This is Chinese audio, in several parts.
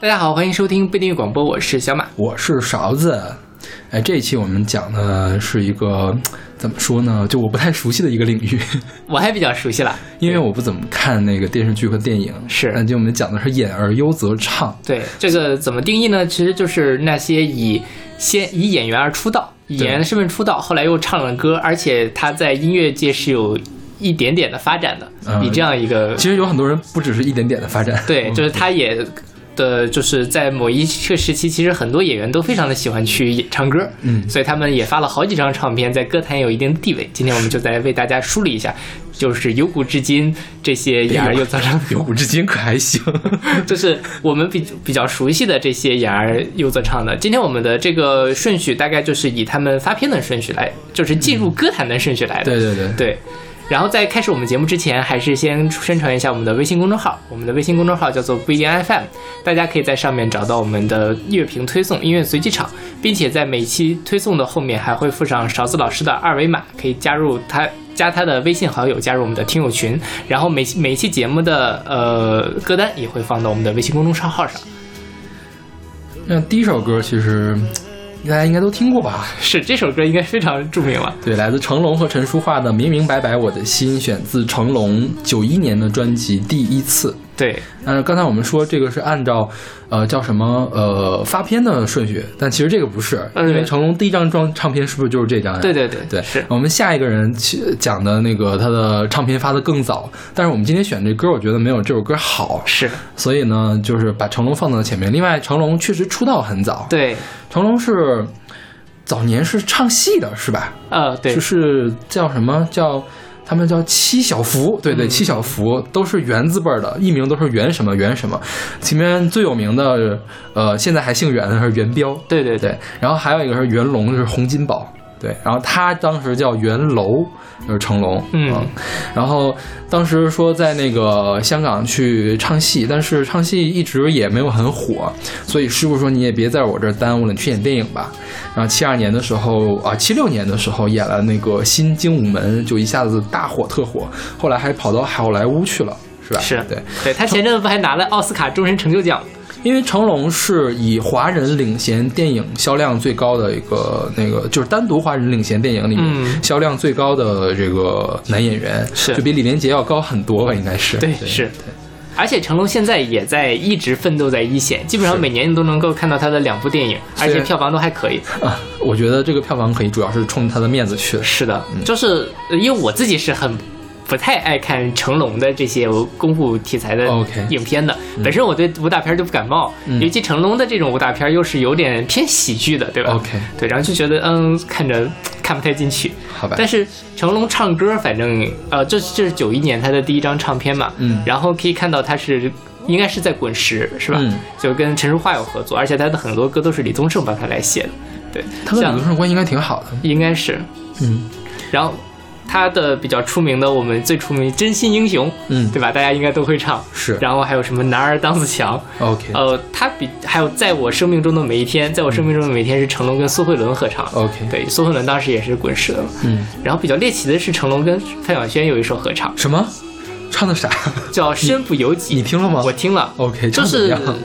大家好，欢迎收听不一定广播，我是小马。我是勺子。哎，这一期我们讲的是一个怎么说呢？就我不太熟悉的一个领域， 我还比较熟悉了，因为我不怎么看那个电视剧和电影。是那就我们讲的是演而优则唱。对这个怎么定义呢？其实就是那些以先以演员而出道，以演员的身份出道，后来又唱了歌，而且他在音乐界是有一点点的发展的，嗯以这样一个其实有很多人不只是一点点的发展，呃对，就是他也的，就是在某一个时期，其实很多演员都非常的喜欢去演唱歌，嗯所以他们也发了好几张唱片，在歌坛有一定地位。今天我们就再来为大家梳理一下，就是由古至今这些演而又造 唱，由哎古至今可还行。 就是我们比比较熟悉的这些演而又作唱的。今天我们的这个顺序大概就是以他们发片的顺序来，就是进入歌坛的顺序来的。嗯对对对，对。然后在开始我们节目之前，还是先宣传一下我们的微信公众号。我们的微信公众号叫做不一定 FM，大家可以在上面找到我们的乐评推送、音乐随机场，并且在每期推送的后面还会附上勺子老师的二维码，可以加入他加他的微信好友，加入我们的听友群。然后每 期每期节目的呃歌单也会放到我们的微信公众号上。那第一首歌其实大家应该都听过吧？是这首歌应该非常著名了。对，来自成龙和陈淑桦的《明明白白我的心》，选自成龙九一年的专辑《第一次》。对，但是刚才我们说这个是按照，呃，叫什么呃发片的顺序，但其实这个不是，嗯因为成龙第一张装唱片是不是就是这张呀？对对对对，是我们下一个人去讲的那个他的唱片发的更早，但是我们今天选这歌，我觉得没有这首歌好，是，所以呢，就是把成龙放到前面。另外，成龙确实出道很早，，对，成龙是早年是唱戏的，是吧？呃，对就，是叫什么叫他们叫七小福，对对，嗯七小福都是袁字辈儿的，艺名都是袁什么袁什么。前面最有名的，呃，现在还姓袁的是袁彪，对对对对，然后还有一个是袁龙，就是洪金宝。对，然后他当时叫袁楼，就是成龙，啊嗯然后当时说在那个香港去唱戏，但是唱戏一直也没有很火，所以师傅说你也别在我这儿耽误了，你去演电影吧。然后七二年的时候啊，七六年的时候演了那个《新精武门》，就一下子大火特火，后来还跑到好莱坞去了，是吧？是对，对他前阵子不还拿了奥斯卡终身成就奖吗？因为成龙是以华人领衔电影销量最高的一个那个，就是单独华人领衔电影里嗯面销量最高的这个男演员，是就比李连杰要高很多吧，应该是。对是而且成龙现在也在一直奋斗在一线，基本上是每年都能够看到他的两部电影，而虽且然票房都还可 以。啊，我觉得这个票房可以主要是冲着他的面子去的。是的，就是呃因为我自己是很不太爱看成龙的这些功夫题材的哦 OK 嗯影片的，本身我对武打片就不感冒，尤其成龙的这种武打片又是有点偏喜剧的，对吧 OK 对，然后就觉得嗯，看着看不太进去。好吧，但是成龙唱歌，反正呃，这这是九一年他的第一张唱片嘛，嗯然后可以看到他是应该是在滚石是吧？嗯就跟陈淑桦有合作，而且他的很多歌都是李宗盛帮他来写的，对，他跟李像宗盛关系应该挺好的。应该是，嗯然后他的比较出名的，我们最出名《真心英雄》，嗯，对吧？大家应该都会唱，是然后还有什么男儿当自强， OK 呃，他比还有在我生命中的每一天，在我生命中的每一天是成龙跟苏慧伦合唱的，嗯 OK，对，苏慧伦当时也是滚石的嘛。嗯，然后比较猎奇的是，成龙跟范晓萱有一首合唱，什么唱的啥？叫《身不由己》。你听了吗我听了， ？OK，就唱得怎是么样，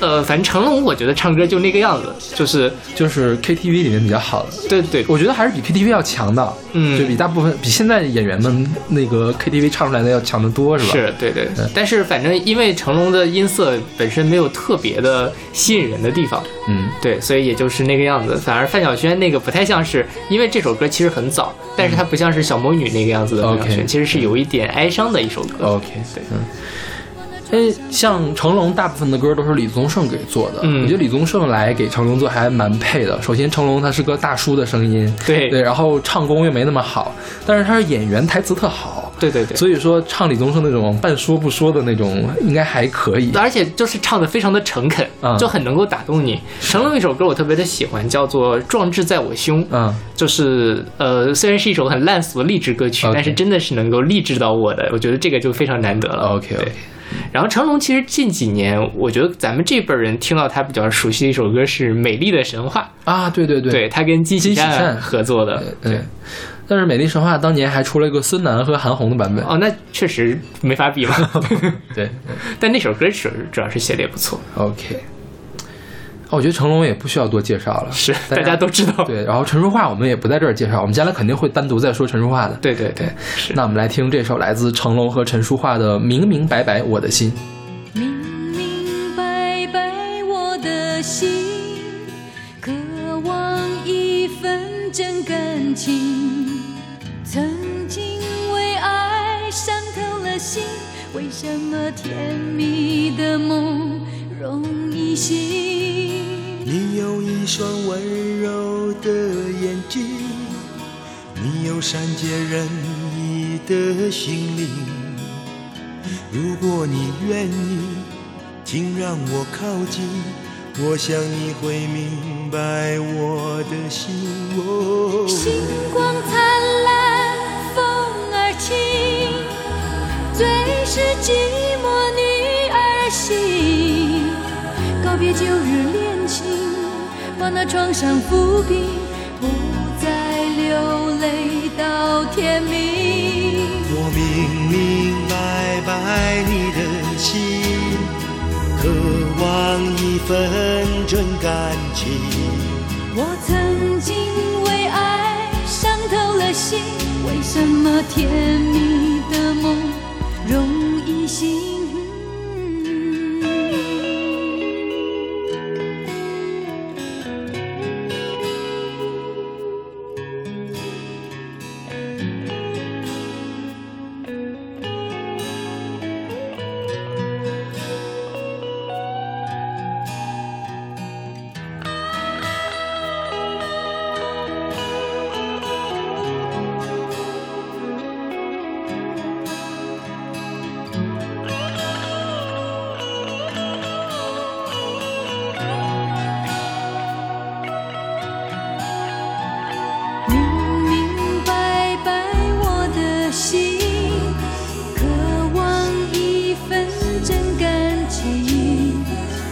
呃，反正成龙我觉得唱歌就那个样子，就是就是 KTV 里面比较好的。对对我觉得还是比 KTV 要强的，嗯就比大部分比现在演员们那个 KTV 唱出来的要强得多，是吧？嗯是，对对。但是反正因为成龙的音色本身没有特别的吸引人的地方，嗯，对，所以也就是那个样子。反而范晓萱那个不太像是，因为这首歌其实很早，但是它不像是小魔女那个样子的范晓萱，嗯 OK 其实是有一点哀伤的一首歌。 OK，对嗯。哎，像成龙大部分的歌都是李宗盛给做的，嗯我觉得李宗盛来给成龙做还蛮配的。首先，成龙他是个大叔的声音，对对，然后唱功又没那么好，但是他是演员，台词特好，对对对。所以说唱李宗盛那种半说不说的那种应该还可以。而且就是唱的非常的诚恳，嗯就很能够打动你。成龙有一首歌我特别的喜欢，叫做《壮志在我胸》，嗯，就是是呃，虽然是一首很烂俗的励志歌曲 OK 但是真的是能够励志到我的，我觉得这个就非常难得了。 OK 对 OK，然后成龙其实近几年，我觉得咱们这辈儿人听到他比较熟悉的一首歌是《美丽的神话》，啊，对对对，对他跟金喜金喜善合作的，对，但是《美丽神话》当年还出了一个孙楠和韩红的版本。哦，那确实没法 比嘛。对 但那首歌主主要是写的也不错， ，OK。哦，我觉得成龙也不需要多介绍了，是大大家家都知道。对。然后陈淑桦我们也不在这儿介绍，我们将来肯定会单独再说陈淑桦的。对对对对，是那我们来听这首来自成龙和陈淑桦的《明明白白我的心》。明明白白我的心，渴望一份真感情。曾经为爱伤透了心，为什么甜蜜的梦容易醒？你有一双温柔的眼睛，你有善解人意的心灵。如果你愿意，请让我靠近，我想你会明白我的心。哦星光灿烂，风儿轻，最是寂寞女儿心。告别旧日恋情，把那创伤抚平，不再流泪到天明。我明明白白你的心，渴望一份真感情。我曾经为爱伤透了心，为什么甜蜜的梦容易醒？明明白白我的心，渴望一份真感情。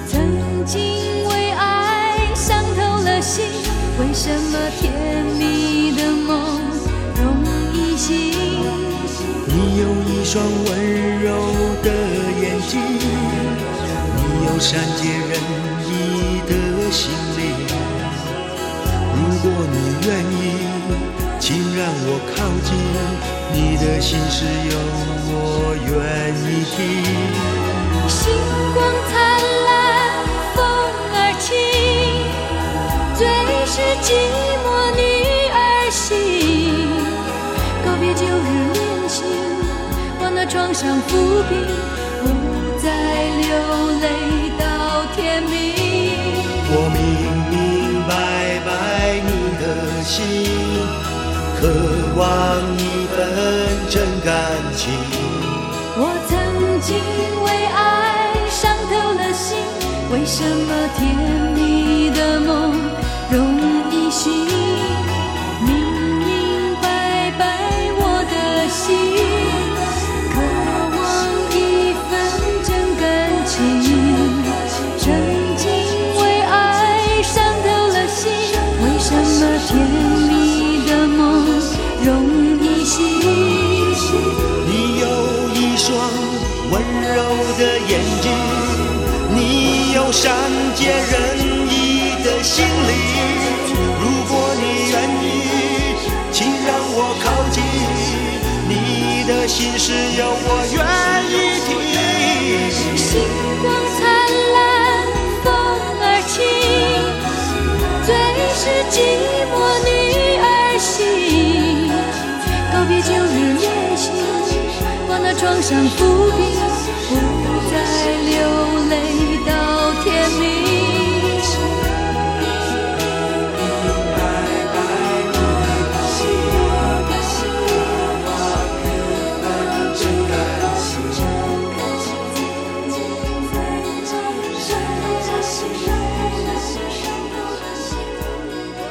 曾经为爱伤透了心，为什么甜蜜的梦容易醒？你有一双温柔的眼睛，你有善解人意的心灵。如果你愿意，请让我靠近，你的心事有我愿意听。星光灿烂，风儿轻，最是寂寞女儿心。告别旧日恋情，把那创伤抚平，不再流泪到天明。我明明白白你的心，渴望一份真感情。我曾经为爱伤透了心，为什么甜蜜的梦容易醒？明明白白我的心，渴望一份真感情。曾经为爱伤透了心，为什么甜蜜的梦容易醒？你有一双温柔的眼睛，你有善解人意的心灵。如果你愿意，请让我靠近，你的心事有我愿意听。星光灿烂，风儿轻，最是寂寞女儿心。告别旧日恋情，把那创伤抚平，不再流泪到天明。嗯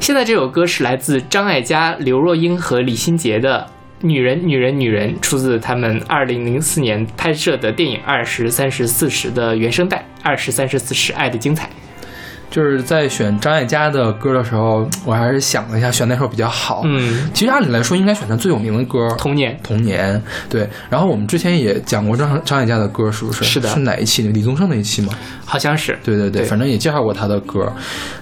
现在这首歌是来自张艾嘉、刘若英和李心洁的《女人，女人，女人》，出自他们二零零四年拍摄的电影《二十三十四十》的原声带《二十三十四十爱的精彩》。就是在选张艾嘉的歌的时候，我还是想了一下，选哪首比较好。嗯，其实按理来说应该选他最有名的歌，童年。童年，对。然后我们之前也讲过张张艾嘉的歌，是不是？是的是哪一期？李宗盛那一期吗？好像是，对对对，反正也介绍过他的歌。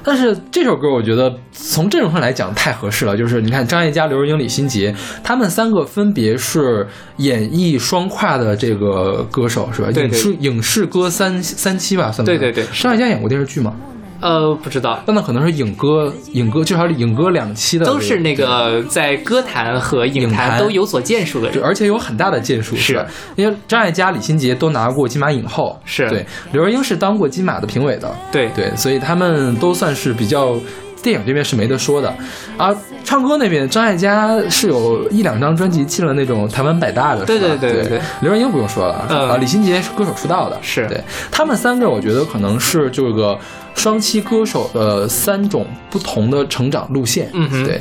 但是这首歌我觉得从阵容上来讲太合适了，就是你看张艾嘉、刘若英、李心洁，他们三个分别是演艺双跨的这个歌手，是吧？对对影视影视歌三三期吧，算不对对算对是的张艾嘉演过电视剧吗？呃，不知道，但那可能是影歌，影歌至少是影歌两期的都是那个在歌坛和影影坛坛都有所建树的对，人。而且有很大的建树，是吧因为张艾嘉、李心洁都拿过金马影后，是对，刘若英是当过金马的评委的，对，对，所以他们都算是比较。电影这边是没得说的，啊，唱歌那边张艾嘉是有一两张专辑进了那种台湾百大的，是吧对对对对对对刘若英不用说了、嗯啊，李心洁是歌手出道的，是对，他们三个我觉得可能是这个双栖歌手的三种不同的成长路线，嗯哼对，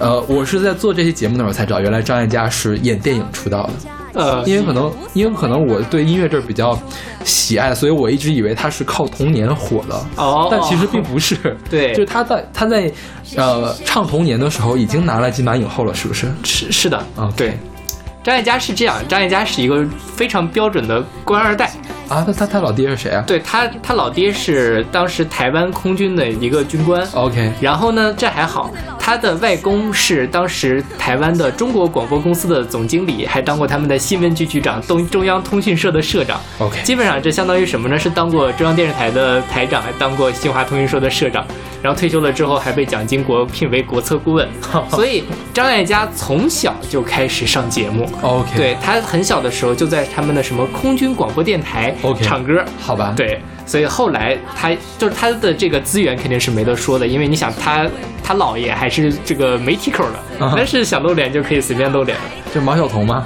呃，我是在做这期节目的时候才知道，原来张艾嘉是演电影出道的，呃，因为可能因为可能我对音乐这儿比较喜爱，所以我一直以为他是靠童年火的。哦，但其实并不是，对就是他在他在，呃，唱童年的时候已经拿了金马影后了，是不是？是是的，啊对。张艾嘉是这样，张艾嘉是一个非常标准的官二代，啊，他他他老爹是谁啊？对他，他老爹是当时台湾空军的一个军官。 ，OK，然后呢，这还好，他的外公是当时台湾的中国广播公司的总经理，还当过他们的新闻局局长、东中央通讯社的社长。 OK 基本上这相当于什么呢？是当过中央电视台的台长，还当过新华通讯社的社长，然后退休了之后还被蒋经国聘为国策顾 问。所以张艾嘉从小就开始上节目。哦 OK 对他很小的时候就在他们的什么空军广播电台 OK 唱歌。好吧，，对，所以后来他就是他的这个资源肯定是没得说的，因为你想他他姥爷还是这个媒体口的，啊但是想露脸就可以随便露脸了。就是毛晓彤吗？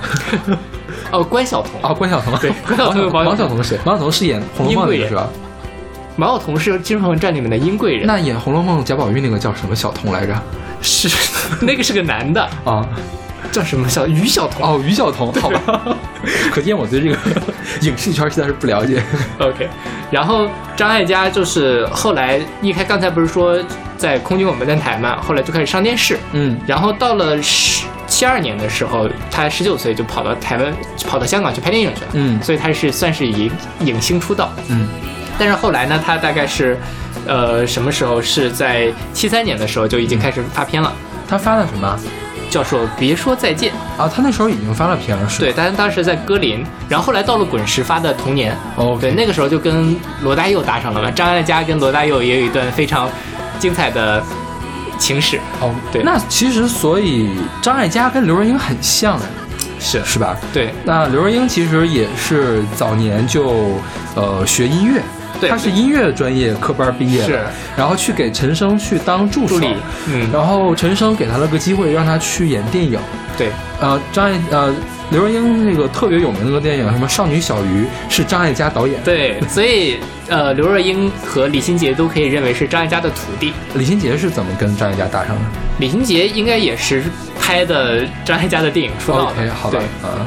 哦，关晓彤，啊，关晓彤，对 关晓彤彤，毛晓彤毛晓彤是谁？毛晓彤是演《红楼梦》那个是吧？毛晓彤是《金凤传》里面的殷贵人，那演《红楼梦》贾宝玉那个叫什么晓彤来着？是 那个是个男的，啊，叫什么小于晓彤。哦，于晓彤，好吧，可见我对这个 影视圈实在是不了解。 OK，然后张艾嘉就是后来一开，刚才不是说在空军广播电台嘛，后来就开始上电视，嗯，然后到了十七二年的时候，他十九岁就跑到台湾，跑到香港去拍电影去了。嗯所以他是算是以影星出道。嗯，但是后来呢，他大概是，呃，什么时候是在七三年的时候就已经开始发片了，他发了什么叫做《别说再见》。啊？他那时候已经发了片了，是吧？对，但当时在歌林，然后后来到了滚石发的《童年》。哦，对，那个时候就跟罗大佑搭上了嘛，张艾嘉跟罗大佑也有一段非常精彩的情史。哦，对那其实所以张艾嘉跟刘若英很像，是是吧？对，那刘若英其实也是早年就呃学音乐，对她是音乐专业科班毕业的，是然后去给陈升去当助手助理，嗯，然后陈升给她了个机会，让她去演电影。对，呃，张艾呃刘若英那个特别有名的那个电影什么《少女小鱼》是张艾嘉导演的，对， 所以呃，刘若英和李心洁都可以认为是张艾嘉的徒弟。李心洁是怎么跟张艾嘉搭上的李心洁应该也是拍的张艾嘉的电影出道的？OK，好吧对，啊。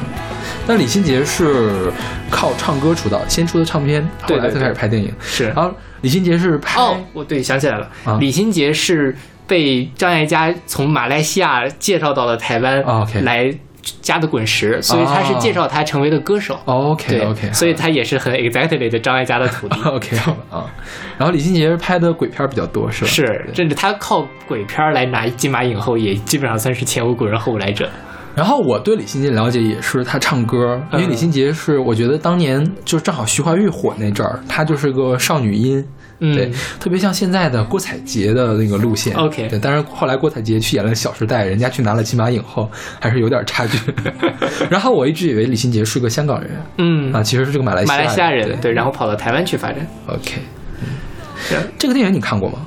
那李心洁是靠唱歌出道，先出的唱片，后对对来才开始拍电影。是然后李心洁是拍哦，我对想起来了，啊李心洁是被张艾嘉从马来西亚介绍到了台湾啊，OK 来加的滚石，所以他是介绍他成为了歌手。 OK 对 OK，所以他也是很 exactly 的张艾嘉的徒弟。 OK 好了啊。然后李心洁是拍的鬼片比较多，是吧？是对，甚至他靠鬼片儿来拿金马影后，也基本上算是前无古人后无来者。然后我对李心洁了解也是她唱歌，因为嗯李心洁是我觉得当年就正好徐怀钰火那阵儿，她就是个少女音。嗯对，特别像现在的郭采洁的那个路线。 OK 对，但是后来郭采洁去演了《小时代》，人家去拿了金马影后，还是有点差距。然后我一直以为李心洁是个香港人，嗯，啊，其实是个马来西马亚来西亚人对对，然后跑到台湾去发展。 ，OK。是这个电影你看过吗？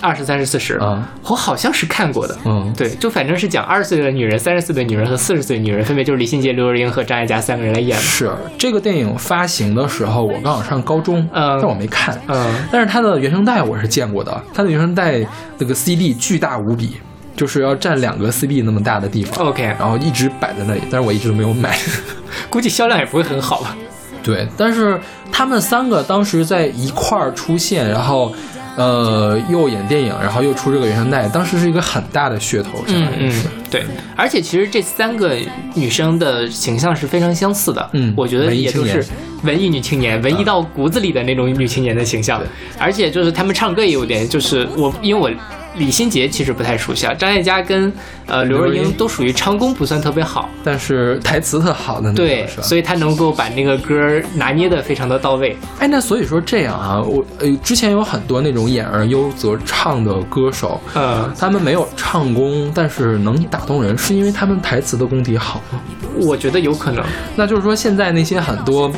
二十、三十、四十啊，我好像是看过的。嗯对，就反正是讲二十岁的女人、三十岁的女人和四十岁的女人，分别就是李心洁、刘若英和张艾嘉三个人来演嘛。是这个电影发行的时候，我刚好上高中，嗯但我没看。嗯，但是它的原声带我是见过的，它的原声带那个 CD 巨大无比，就是要占两个 CD 那么大的地方。 OK 然后一直摆在那里，但是我一直都没有买。 估计销量也不会很好吧。对，但是他们三个当时在一块儿出现，然后。呃，又演电影，然后又出这个原声带，当时是一个很大的噱头，相嗯当于嗯是。，对，而且其实这三个女生的形象是非常相似的，嗯我觉得文艺也青就年是文艺女青年，文艺到骨子里的那种女青年的形象，而且就是她们唱歌也有点，就是我因为我。李心洁其实不太熟悉啊，张艾嘉跟呃刘若刘若英英都属于唱功不算特别好，但是台词特好的那种，对是，吧？所以她能够把那个歌儿拿捏的非常的到位。哎，那所以说这样啊，我呃之前有很多那种演而优则唱的歌手，呃，他们没有唱功，但是能打动人，是因为他们台词的功底好吗？我觉得有可能，那就是说，现在那些很多，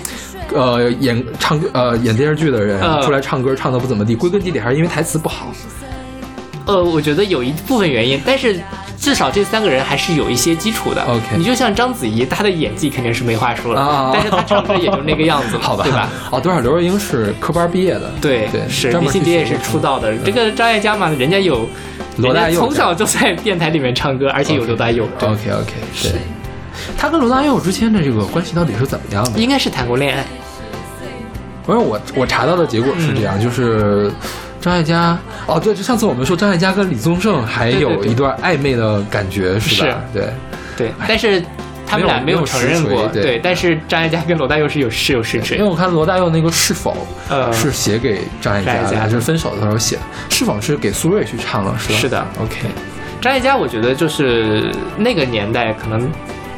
呃，演唱歌呃演电视剧的人、嗯出来唱歌唱的不怎么地，归根结底还是因为台词不好。呃，我觉得有一部分原因，但是至少这三个人还是有一些基础的。 OK 你就像章子怡，她的演技肯定是没话说了，啊但是她唱歌也就那个样子嘛， 好吧，对吧？？哦，多少刘若英是科班毕业的，对，对，是专李门去心洁也学是过出道的。这个张艾嘉嘛，人家有，嗯罗人家大佑从小就在电台里面唱歌，而且有罗大佑，对 OK OK，对。他跟罗大佑之间的这个关系到底是怎么样的？应该是谈过恋爱。不是我我查到的结果是这嗯样，就是张艾嘉哦，对，就上次我们说张艾嘉跟李宗盛还对对有对一段暧昧的感觉是吧？对，对，但是他们没有俩没有没有承实认锤过。对对，但是张艾嘉跟罗大佑是有是有实因为锤。我看罗大佑那个《是否》呃是写给张艾张嘉艾的，嘉就是分手的时候写的，《是否》是给苏芮去唱了，是吧？是的，OK，张艾嘉，我觉得就是那个年代可能。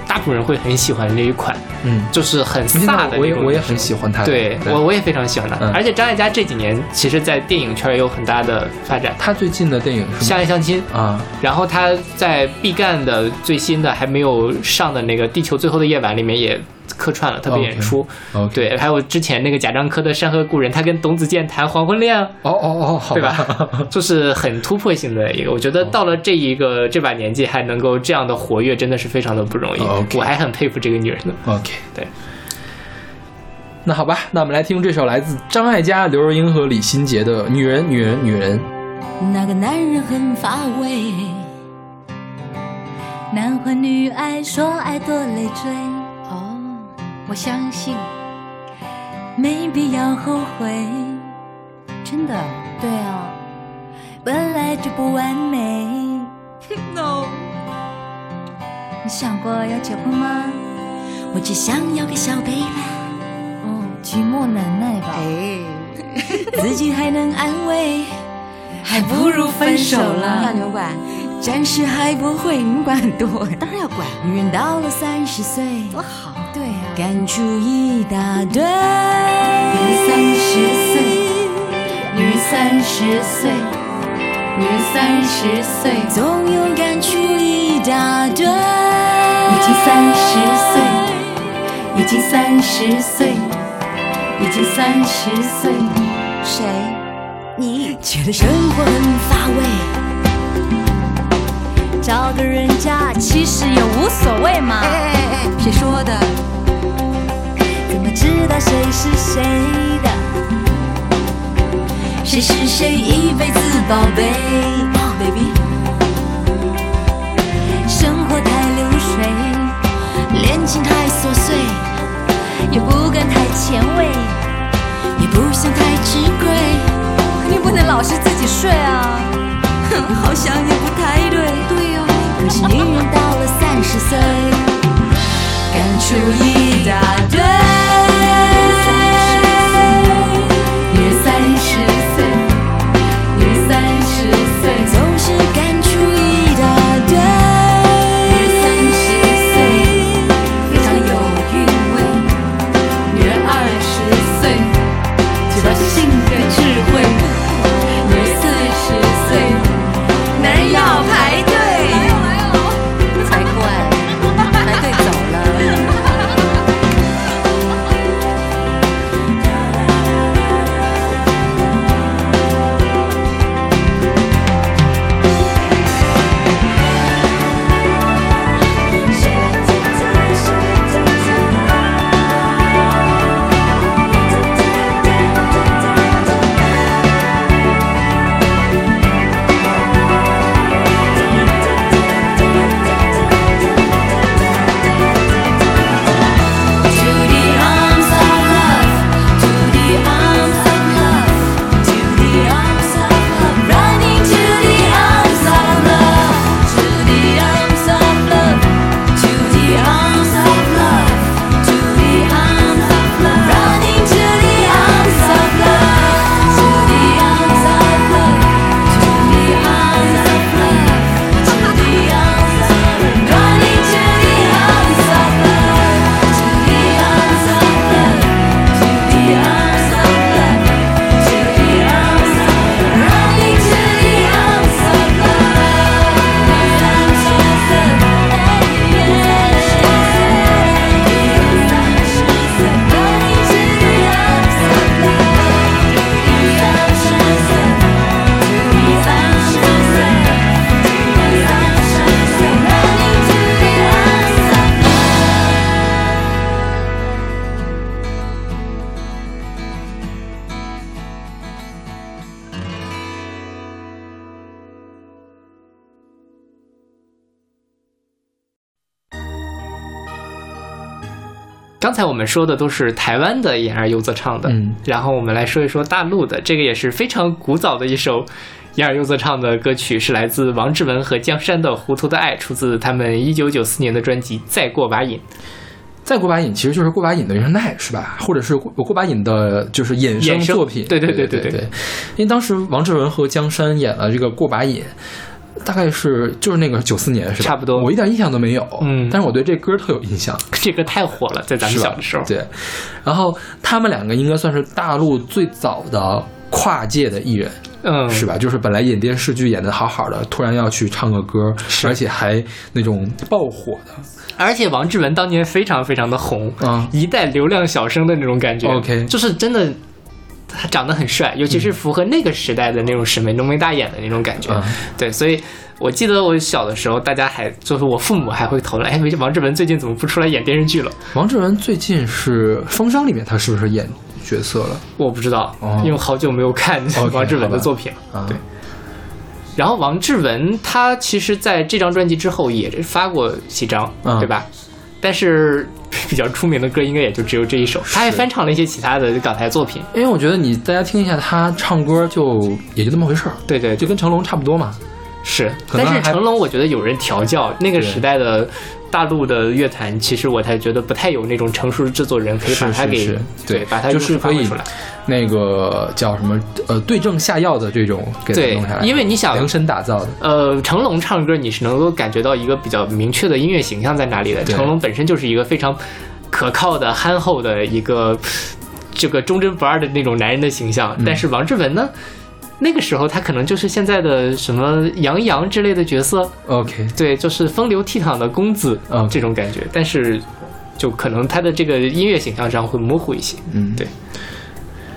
大部分人会很喜欢这一款，嗯，就是很现飒的在我那也种我也很喜欢他，对我我也非常喜欢他，嗯而且张艾嘉这几年其实，在电影圈也有很大的发展，他最近的电影《是吗相爱相亲》，啊，然后他在毕赣的最新的还没有上的那个《地球最后的夜晚》里面也客串了，特别 OK 演出。哦 OK 对，还有之前那个贾樟柯的《山河故人》，他跟董子健谈黄昏恋啊，哦哦哦，好对 吧？就是很突破性的一个，我觉得到了这一个这把年纪还能够这样的活跃，真的是非常的不容易。哦 OK 我还很佩服这个女人呢。嗯？OK，对。那好吧，那我们来听这首来自张艾嘉、刘若英和李心洁的《女人，女人，女人》。那个男人很乏味，男欢女爱，说爱多累赘。哦，我相信，没必要后悔。真的？对啊，本来就不完美。No，你想过要结婚吗？我只想要个小 baby。哦，寂寞难耐吧。哎自己还能安慰。还哎不如分手了。要牛管，暂时还不会，你管很多。当然要管。女人到了三十岁，多好。对呀、感触一大堆。女人三十岁，女人三十岁，女人三十岁，总有感触一大堆。已经三十岁，已经三十岁，已经三十岁。谁？你觉得生活很乏味，找个人家其实也无所谓嘛。谁说的？怎么知道谁是谁的？谁是谁一辈子宝贝、哦、，baby。生活太流水，恋情太琐碎，也不敢太前卫。也不想太吃亏，你不能老是自己睡啊。 哼，好像也不太对。对哦，可是女人到了三十岁，感触一大堆。女人三十岁，女人三十岁，总是感触一大堆。女人三十岁，非常有韵味。女人二十岁。提高性格智慧。女人四十岁，男人要排队，才怪，排队走了。刚才我们说的都是台湾的演而优则唱的，嗯然后我们来说一说大陆的，这个也是非常古早的一首演而优则唱的歌曲，是来自王志文和江山的《糊涂的爱》，出自他们一九九四年的专辑《再过把瘾》。再过把瘾其实就是过把瘾的原声带是吧？或者是过过把瘾的就是衍生衍生作品？对对对对对对对对。因为当时王志文和江山演了这个过把瘾，大概是就是那个九四年是吧？差不多我一点印象都没有，嗯但是我对这歌特有印象。这个太火了，在咱们是吧小的时候，对，然后他们两个应该算是大陆最早的跨界的艺人，嗯，是吧？就是本来演电视剧演的好好的，突然要去唱个歌，而且还那种爆火的。而且王志文当年非常非常的红，啊一代流量小生的那种感觉。 OK 就是真的，他长得很帅，尤其是符合那个时代的那种审美，浓眉大眼的那种感觉。嗯对，所以我记得我小的时候，大家还就是我父母还会讨论，哎，王志文最近怎么不出来演电视剧了？王志文最近是《风声》里面，他是不是演角色了？我不知道，哦因为好久没有看 OK，王志文的好吧作品了。啊，对，然后王志文他其实在这张专辑之后也发过几张，嗯对吧？但是比较出名的歌应该也就只有这一首，他还翻唱了一些其他的港台作品。因为我觉得你大家听一下他唱歌就也就那么回事儿，对对就对，跟成龙差不多嘛。是。可能但是还成龙，我觉得有人调教，那个时代的大陆的乐坛，其实我才觉得不太有那种成熟的制作人可以把是它是给是对，对把它就如实是发可挥以出来。那个叫什么呃对症下药的这种给对他弄下来，因为你想量身打造的，呃，成龙唱歌你是能够感觉到一个比较明确的音乐形象在哪里的。对成龙本身就是一个非常可靠的、憨厚的一个这个忠贞不二的那种男人的形象。嗯但是王志文呢，那个时候他可能就是现在的什么杨洋之类的角色， OK，对，就是风流倜傥的公子、嗯这种感觉。但是就可能他的这个音乐形象上会模糊一些。嗯，对。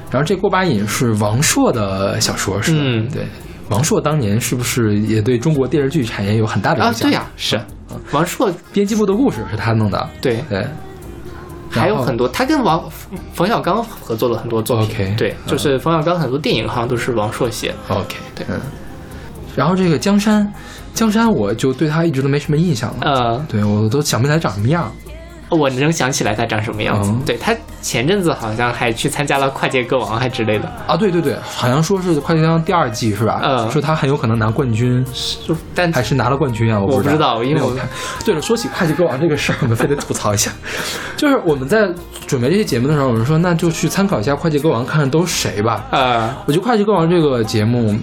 然后这过把瘾是王朔的小说，是吧？嗯对。王朔当年是不是也对中国电视剧产业有很大的啊影，响？对呀、是王朔编辑部的故事是他弄的，对。对，还有很多多，他跟王冯小刚合作了很多作品 OK，嗯对，就是冯小刚很多电影好像都是王朔写的。 OK，对嗯。然后这个江山，江山我就对他一直都没什么印象了，呃，对我都想不起来长什么样。我能想起来他长什么样子。嗯对他前阵子好像还去参加了跨界歌王还之类的，啊，对对对，好像说是《快乐将第二季是吧？嗯说他很有可能拿冠军，就但还是拿了冠军啊？我不不知道因为没有我看。对了，说起会计歌王这个事儿，我们非得吐槽 一下。就是我们在准备这些节目的时候，我们说那就去参考一下会计歌王，看看都是谁吧。呃，我觉得会计歌王这个节目，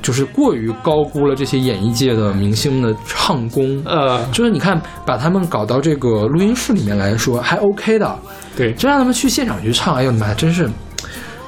就是过于高估了这些演艺界的明星的唱功。呃，就是你看，把他们搞到这个录音室里面来说，还 OK 的。对，真让他们去现场去唱，哎呦我的妈，真是，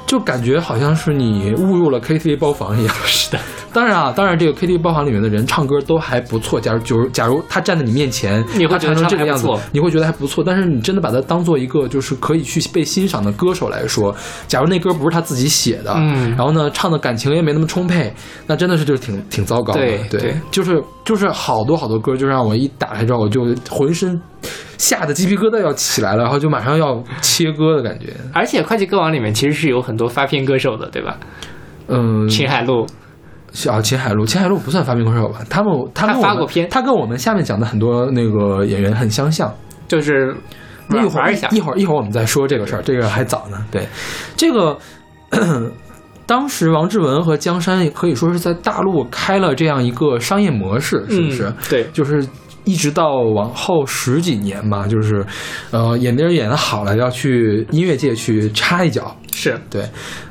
就感觉好像是你误入了 KTV 包房一样。是 的，当然啊，当然这个 KTV 包房里面的人唱歌都还不错。假如就是假如他站在你面前，你会他觉得唱成这唱得个还样不子错，你会觉得还不错。但是你真的把他当做一个就是可以去被欣赏的歌手来说，假如那歌不是他自己写的，嗯然后呢唱的感情也没那么充沛，那真的是就是挺挺糟糕的。对对对就是就是好多好多歌，就让我一打开之后我就浑身吓得鸡皮疙瘩要起来了，然后就马上要切歌的感觉。而且跨界歌王里面其实是有很多发片歌手的，对吧？嗯，秦海璐，小啊秦海璐，秦海璐不算发明歌手吧？他们他他跟我们发过片他跟我们下面讲的很多那个演员很相像。就是那玩一会玩儿一下，一会儿一会儿我们再说这个事儿，这个还早呢。对，这个当时王志文和江山也可以说是在大陆开了这样一个商业模式，是不是？嗯对，就是一直到往后十几年吧，就是呃，演电影演的好了，要去音乐界去插一脚。是对，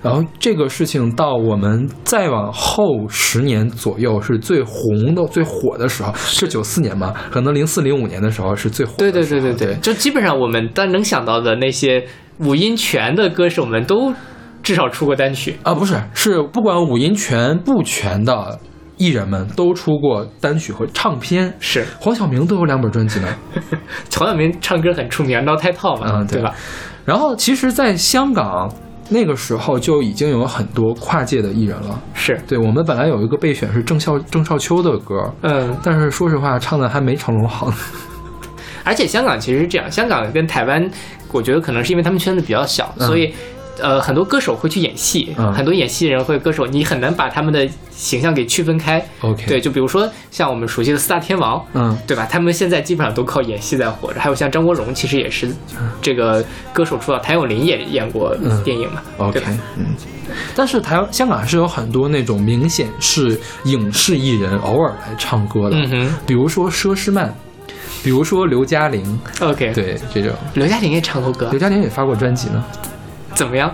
然后这个事情到我们再往后十年左右是最红的、最火的时候，是九四年嘛？可能零四零五年的时候是最火对的对时候对对对，就基本上我们但能想到的那些五音全的歌手们都至少出过单曲。啊，不是，是不管五音全不全的艺人们都出过单曲和唱片，是黄晓明都有两本专 辑呢。曹晓明唱歌很出名，《闹太套》嘛，嗯对对吧？然后其实，在香港那个时候就已经有很多跨界的艺人了。是，对我们本来有一个备选是郑少郑少秋的歌，嗯，但是说实话，唱的还没成龙好呢。而且香港其实是这样，香港跟台湾，我觉得可能是因为他们圈子比较小，嗯所以呃，很多歌手会去演戏，嗯很多演戏人会歌手，你很难把他们的形象给区分开。 OK 对，就比如说像我们熟悉的四大天王， 嗯对吧？他们现在基本上都靠演戏在活着。还有像张国荣，其实也是这个歌手出道，谭咏麟也演过电影嘛， ，OK，对吧？嗯。但是台湾香港还是有很多那种明显是影视艺人偶尔来唱歌的，嗯哼比如说佘诗曼，比如说刘嘉玲， ，OK，，对这种，刘嘉玲也唱过歌刘，嘉玲也发过专辑呢，怎么样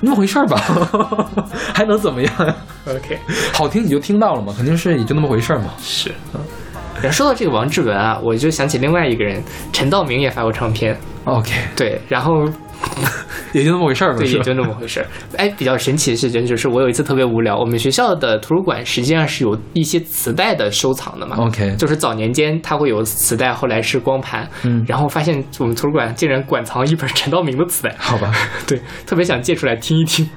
那么回事儿吧， 还能怎么样呀？ ？OK，好听你就听到了嘛，肯定是也就那么回事儿嘛。嗯是。然后 说到这个王志文啊，我就想起另外一个人，陈道明也发过唱片， OK，对，然后 也就那么回事儿吧，对，是也吧就那么回事儿。哎，比较神奇的事情就是，我有一次特别无聊，我们学校的图书馆实际上是有一些磁带的收藏的嘛。哦 OK 就是早年间它会有磁带，后来是光盘。嗯然后发现我们图书馆竟然馆藏一本陈道明的磁带，好吧，对，特别想借出来听一听，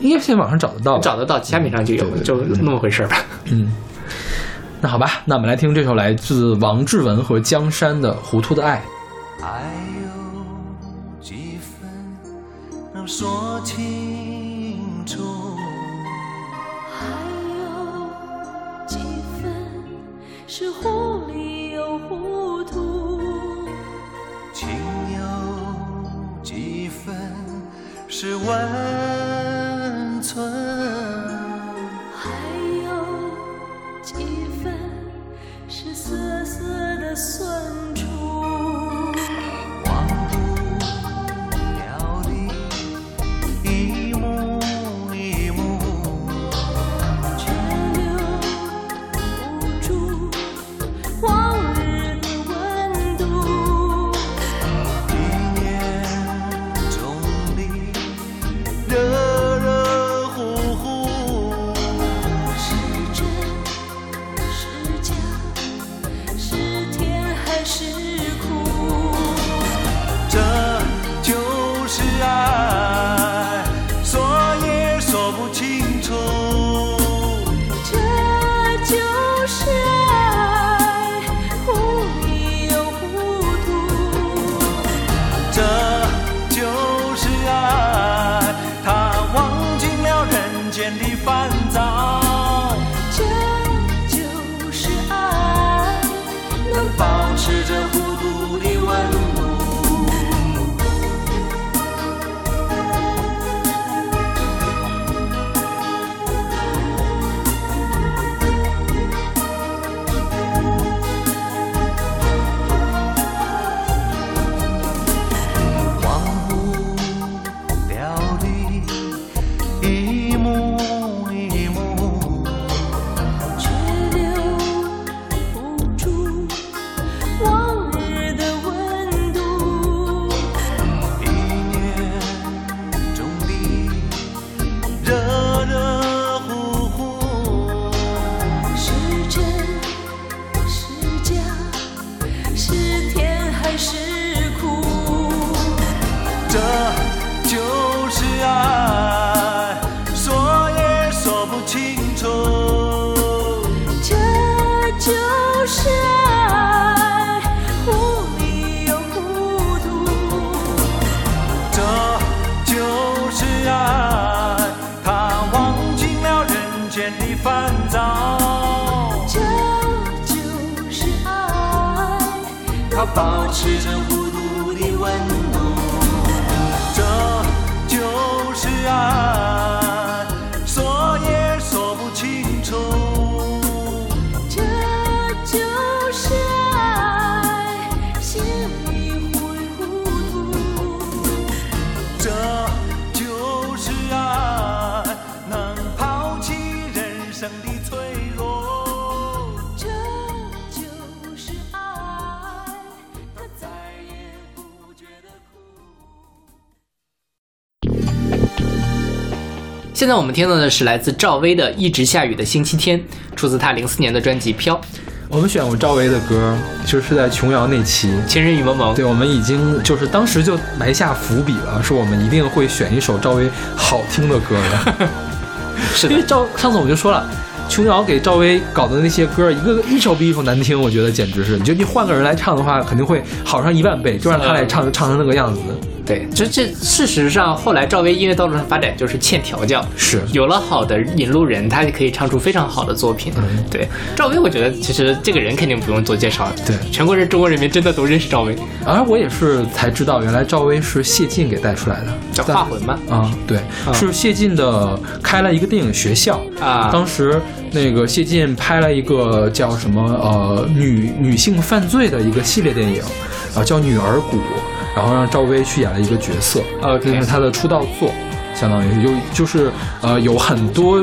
应该现在网上找得到吧。找得到，其他品上就有，对对对就那么回事儿吧。嗯，那好吧，那我们来听这首来自王志文和江山的《糊涂的爱》。还有几分能说清楚？还有几分是糊里又糊涂，情有几分是温存？还有几分是丝丝的酸楚，忘不了的一幕一幕，却留不住往日的温度。一年中的热热乎乎，是真是假，是甜还是苦？这就是爱，说也说不清楚。这就是爱，糊里又糊涂。这就是爱，他忘尽了人间的烦躁，这就是爱，能保保持持着着糊涂糊涂的的温温度度。。忘不了的一幕一幕，却留不住往日的温度。一年中的热热乎乎，是真是假，是甜还是苦？这就是爱，说也说不清楚。这就是爱，糊里又糊涂。这就是爱，他忘尽了人间的烦躁，这就是爱，他保持着孤独的温度。这就是爱，说也说不清楚。这就是爱，心里糊里糊涂。这就是爱，能抛弃人生的脆弱。这就是爱，他再也不觉得苦。现在我们听到的是来自赵薇的《一直下雨的星期天》，出自她零四年的专辑《飘》，我们选过赵薇的歌，就是在琼瑶那期。情人雨蒙蒙对，。我们已经就是当时就埋下伏笔了，说我们一定会选一首赵薇好听的歌 的。是的因为赵上次我们就说了，琼瑶给赵薇搞的那些歌，一个个一首比一首难听，我觉得简直是，你就你换个人来唱的话，肯定会好上一万倍，就让她来唱，唱成那个样子。对，这这事实上，后来赵薇音乐道路上发展就是欠调教，是有了好的引路人，他就可以唱出非常好的作品。嗯对，赵薇，我觉得其实这个人肯定不用做介绍，对全国人中国人民真的都认识赵薇，而我也是才知道，原来赵薇是谢晋给带出来的。叫但画魂吗？嗯啊，对，是谢晋的开了一个电影学校啊当时那个谢晋拍了一个叫什么呃女女性犯罪的一个系列电影，啊叫《女儿谷》，然后让赵薇去演了一个角色 OK 这是她的出道作。相当于有就是呃有很多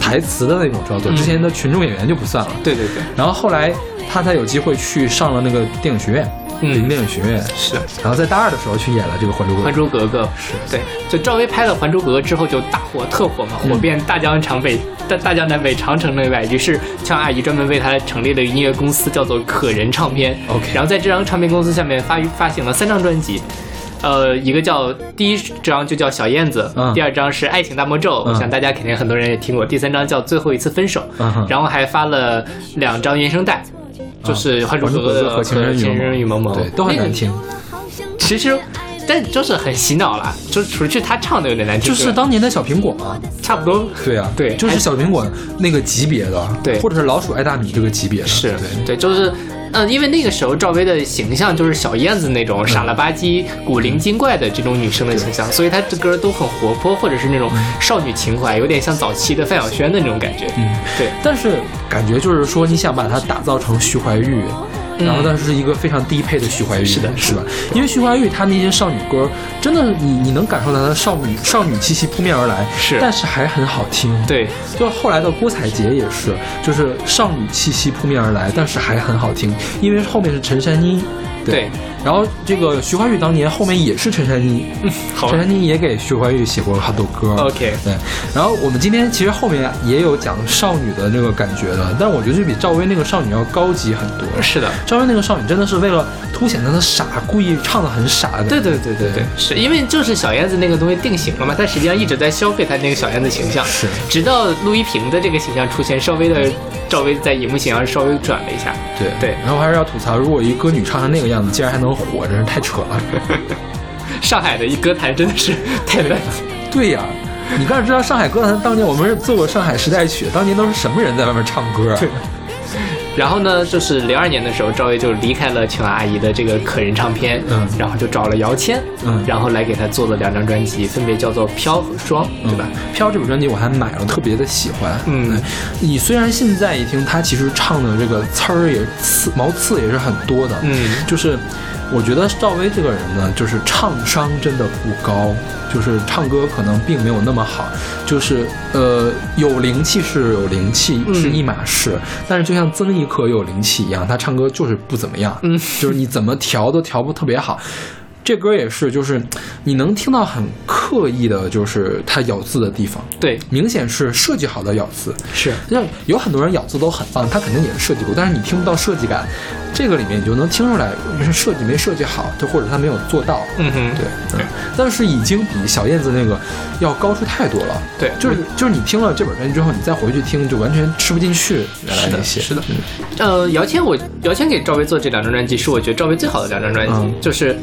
台词的那种制作，之前的群众演员就不算了。嗯对对对，然后后来她才有机会去上了那个电影学院，嗯北京电影学院。是《然后在大二的时候去演了这个《还珠格格还》。珠格格》是对，就赵薇拍了《还珠格格》之后就大火特火嘛，嗯火遍大江长北、大大江南北、长城内外。于是乔阿姨专门为她成立了音乐公司，叫做可人唱片。 OK 然后在这张唱片公司下面发发行了三张专辑。呃，一个叫第一张就叫小燕子，嗯第二张是爱情大魔咒，嗯我想大家肯定很多人也听过。第三张叫最后一次分手，嗯哼然后还发了两张原声带，啊就是《还珠格格》和和《情情人人与与蒙蒙蒙蒙》，对，都很那个难听。其实，但就是很洗脑啦，就是除去他唱的有点难听，就是当年的小苹果嘛，差不多。对啊，对哎就是小苹果那个级别的，对或者是老鼠爱大米这个级别的，是对，对，就是，嗯，因为那个时候赵薇的形象就是小燕子那种傻了吧唧、嗯古灵精怪的这种女生的形象，所以她的歌都很活泼，或者是那种嗯少女情怀，有点像早期的范晓萱的那种感觉。嗯，对，但是感觉就是说，你想把它打造成徐怀钰，然后但是一个非常低配的徐怀钰，嗯是的是吧？因为徐怀钰她那些少女歌，真的你你能感受到她的少女少女气息扑面而来，是但是还很好听，。对，就后来的郭采洁也是，就是少女气息扑面而来，但是还很好听，因为后面是陈珊妮。对然后这个徐怀钰当年后面也是陈珊妮，嗯好啊陈珊妮也给徐怀钰写过好多歌。 OK 对。然后我们今天其实后面也有讲少女的那个感觉的，但我觉得就比赵薇那个少女要高级很多。是的。赵薇那个少女真的是为了凸显她的傻，故意唱的很傻的。对对对对对，是因为就是小燕子那个东西定型了嘛，但实际上一直在消费她那个小燕子形象，是直到陆一平的这个形象出现，稍微的赵薇在荧幕形象稍微转了一下，对对然后还是要吐槽，如果一歌女唱成那个样子，竟然还能火，真是太扯了。 上海的一歌坛真的是太乱了，对呀、你当然知道上海歌坛当年我们是做过上海时代曲，当年都是什么人在外面唱歌啊？然后呢，就是零二年的时候，赵薇就离开了琼瑶阿姨的这个可人唱片，嗯然后就找了姚谦，嗯然后来给她做了两张专辑，分别叫做《飘》和《霜》，对吧？嗯飘这本专辑我还买了，特别的喜欢。嗯对，你虽然现在一听，他其实唱的这个词儿也刺毛刺也是很多的。嗯就是我觉得赵薇这个人呢，就是唱商真的不高，就是唱歌可能并没有那么好。就是呃，有灵气是有灵气嗯是一码事，但是就像曾轶可有灵气一样，她唱歌就是不怎么样。嗯，就是你怎么调都调不特别好。这歌也是，就是你能听到很刻意的，就是他咬字的地方，对，明显是设计好的咬字。是像有很多人咬字都很棒，他肯定也是设计过，但是你听不到设计感，这个里面你就能听出来是设计没设计好，就或者他没有做到。嗯哼对，嗯，但是已经比小燕子那个要高出太多了。对嗯就是就是你听了这本专辑之后，你再回去听，就完全吃不进去原来那些。是的嗯呃，姚谦我姚谦给赵薇做这两张专辑是我觉得赵薇最好的两张专辑，嗯就是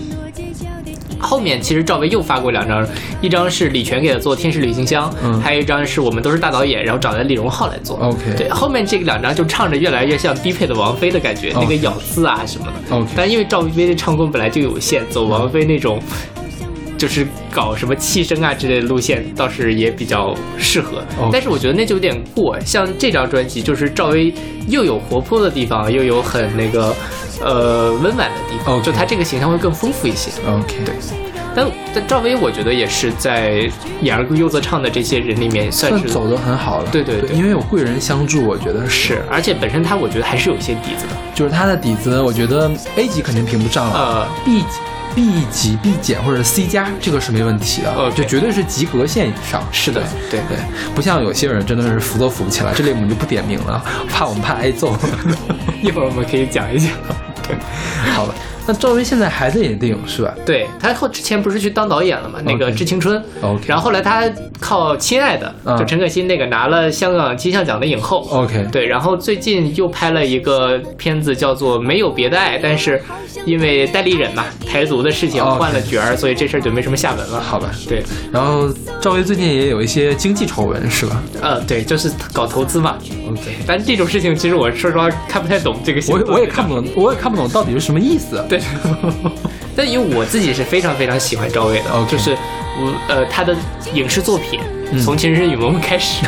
后面其实赵薇又发过两张，一张是李泉给她做《天使旅行箱》，嗯还有一张是我们都是大导演，然后找来李荣浩来做。 OK 对，后面这两张就唱着越来越像低配的王菲的感觉 OK 那个咬字啊什么的。哦 OK 但因为赵薇的唱功本来就有限，走王菲那种。就是搞什么气声啊之类的路线，倒是也比较适合。 OK 但是我觉得那就有点过。像这张专辑，就是赵薇又有活泼的地方，又有很那个呃温婉的地方 OK 就她这个形象会更丰富一些。 OK，对，但但赵薇，我觉得也是在演而优则唱的这些人里面算但是走的很好了。对对对因为有贵人相助，我觉得是，而且本身她我觉得还是有一些底子的。就是他的底子，我觉得 A 级肯定评不上了、呃， b 级、B 级、B 减或者 C 加，这个是没问题的， OK 就绝对是及格线以上。呃是的对对对，不像有些人真的是扶都扶不起来，这里我们就不点 名了，怕我们怕挨揍。 一会儿我们可以讲一讲。好吧，那赵薇现在还在演电影是吧？对他后之前不是去当导演了嘛？那个 OK 《致青春》 OK 然后后来他靠《亲爱的》嗯就陈可辛那个拿了香港金像奖的影后。 OK 对，然后最近又拍了一个片子叫做《没有别的爱》，但是因为代理人嘛，台独的事情哦 OK 换了角儿所以这事儿就没什么下文了。好吧。对，然后赵薇最近也有一些经济丑闻是吧呃，对，就是搞投资嘛。 ？OK，但这种事情其实我说实话看不太懂这个新我闻。我也看不懂，我也看不懂到底是什么意思。 对，但因为我自己是非常非常喜欢赵薇的 OK 嗯就是我呃她的影视作品，从《情深深雨蒙蒙》开 始，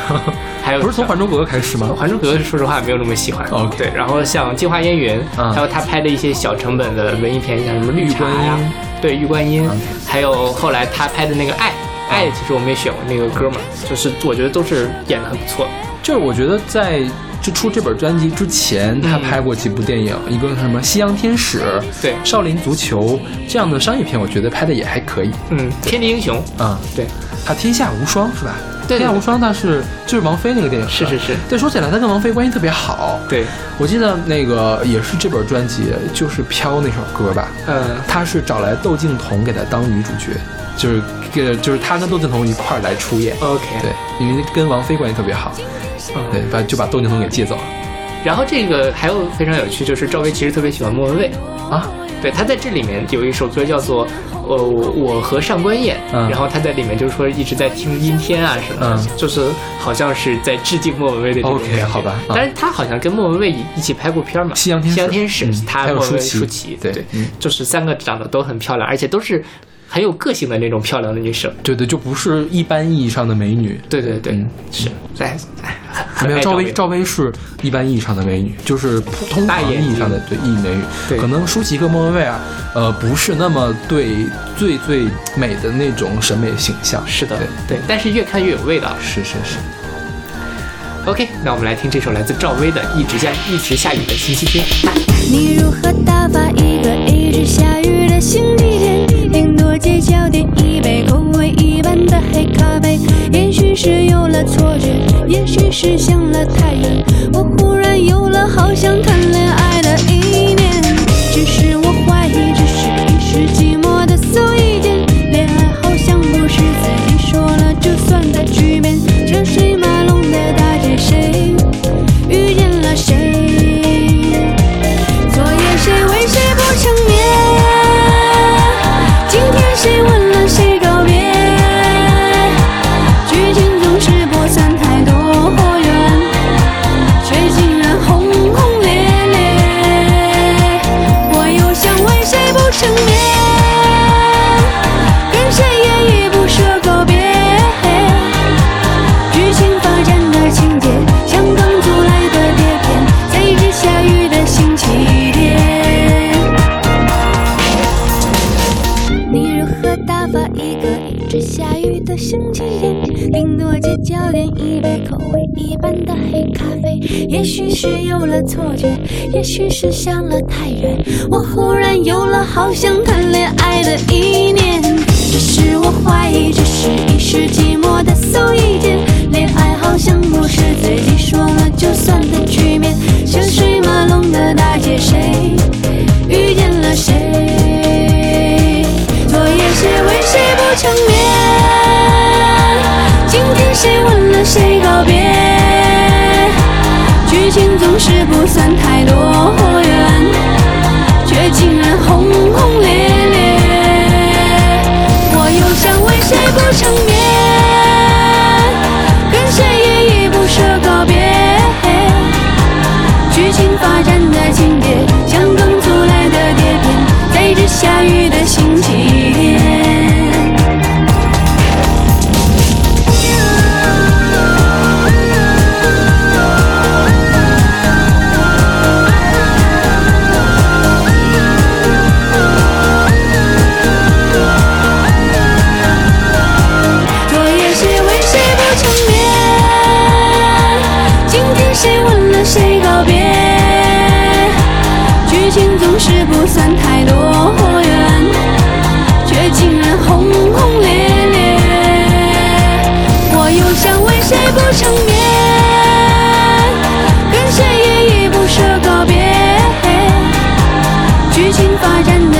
还有不是从《像还珠格格》开始吗《还珠格格》，说实话没有那么喜欢。 OK 对，然后像《镜花烟云》嗯还有她拍的一些小成本的文艺片，像什么《绿茶》呀玉观音，嗯对《玉观音》还有后来她拍的那个《爱》。爱其实我们也选过那个哥们儿，就是我觉得都是演的很不错的。就是我觉得在就出这本专辑之前，他拍过几部电影，一个是什么《夕阳天使》、对《少林足球》这样的商业片，我觉得拍的也还可以。嗯，天地英雄，啊、对，他《天下无双》是吧？对对对天下无双》他是就是王菲那个电影，是是是，对，说起来他跟王菲关系特别好。对，我记得那个也是这本专辑，就是《飘》那首歌吧，嗯，他是找来窦靖童给他当女主角，就是给就是他跟窦靖童一块儿来出演。 OK，对，因为跟王菲关系特别好，嗯对，把就把窦靖童给借走了。然后这个还有非常有趣，就是赵薇其实特别喜欢莫文蔚，啊，对，她在这里面有一首歌叫做《呃我我和上官燕》，嗯然后她在里面就是说一直在听阴天啊什么的，嗯就是好像是在致敬莫文蔚的这种 OK，感觉好吧啊但是她好像跟莫文蔚一起拍过片儿嘛，《夕阳天使夕阳天使嗯》她还有莫文蔚、舒淇舒淇，对对嗯，就是三个长得都很漂亮，而且都是很有个性的那种漂亮的女生。对对，就不是一般意义上的美女。对对对，嗯是，哎，哎很没有爱赵薇薇，，赵薇是一般意义上的美女，就是普通大常眼意义上的对意义美女。对可能舒淇跟莫文蔚啊，呃，不是那么对最最美的那种审美形象。是的对，对，但是越看越有味道。是是是。 OK，那我们来听这首来自赵薇的《一直下一直下雨的星期天》。你如何打发一个一直下雨的星期天？顶多街角点一杯空味一般的黑咖啡。也许是有了错觉，也许是想了太远，我忽然有了好想谈恋爱的意念。只是我怀疑，只是一时寂寞的搜一件，恋爱好像不是自己说了就算的局面。车水马龙的大街，谁遇见了谁？昨夜谁为谁不成眠？今天谁吻了谁告别？剧情总是不算太多远，却竟然轰轰烈烈。我又想为谁不成眠？跟谁也依不舍告别。剧情发展的情节像刚出来的碟片，在一直下雨的星期天。你如何打发一个一直下雨的星期天？顶多街角点一杯口味一般的黑咖啡。也许是有了错觉，也许是想了太远，我忽然有了好想谈恋爱的意念。只是我怀疑，只是一时寂寞的搜一件，恋爱好像不是自己说了就算的局面。车水马龙的大街，谁遇见了谁？昨夜谁为谁不成眠？今天谁吻了谁告别？剧情总是不算太多远，却竟然轰轰烈烈。我又想为谁不成眠，跟谁也依不舍告别。剧情发展的情节像刚出来的碟片，在一直下雨的星期天。昨夜谁为谁不成眠？今天谁吻了谁告别？剧情总是不算太多远，却竟然轰轰烈烈。我又想为谁不成眠？跟谁也依不舍告别。剧情发展的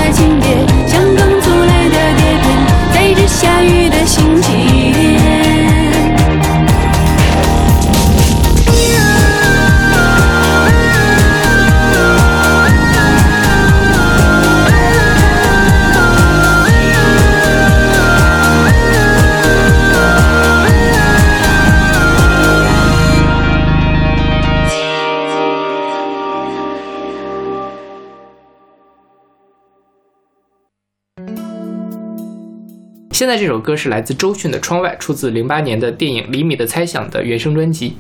现在这首歌是来自周迅的《窗外》，出自零八年的电影《厘米的猜想》的原声专辑。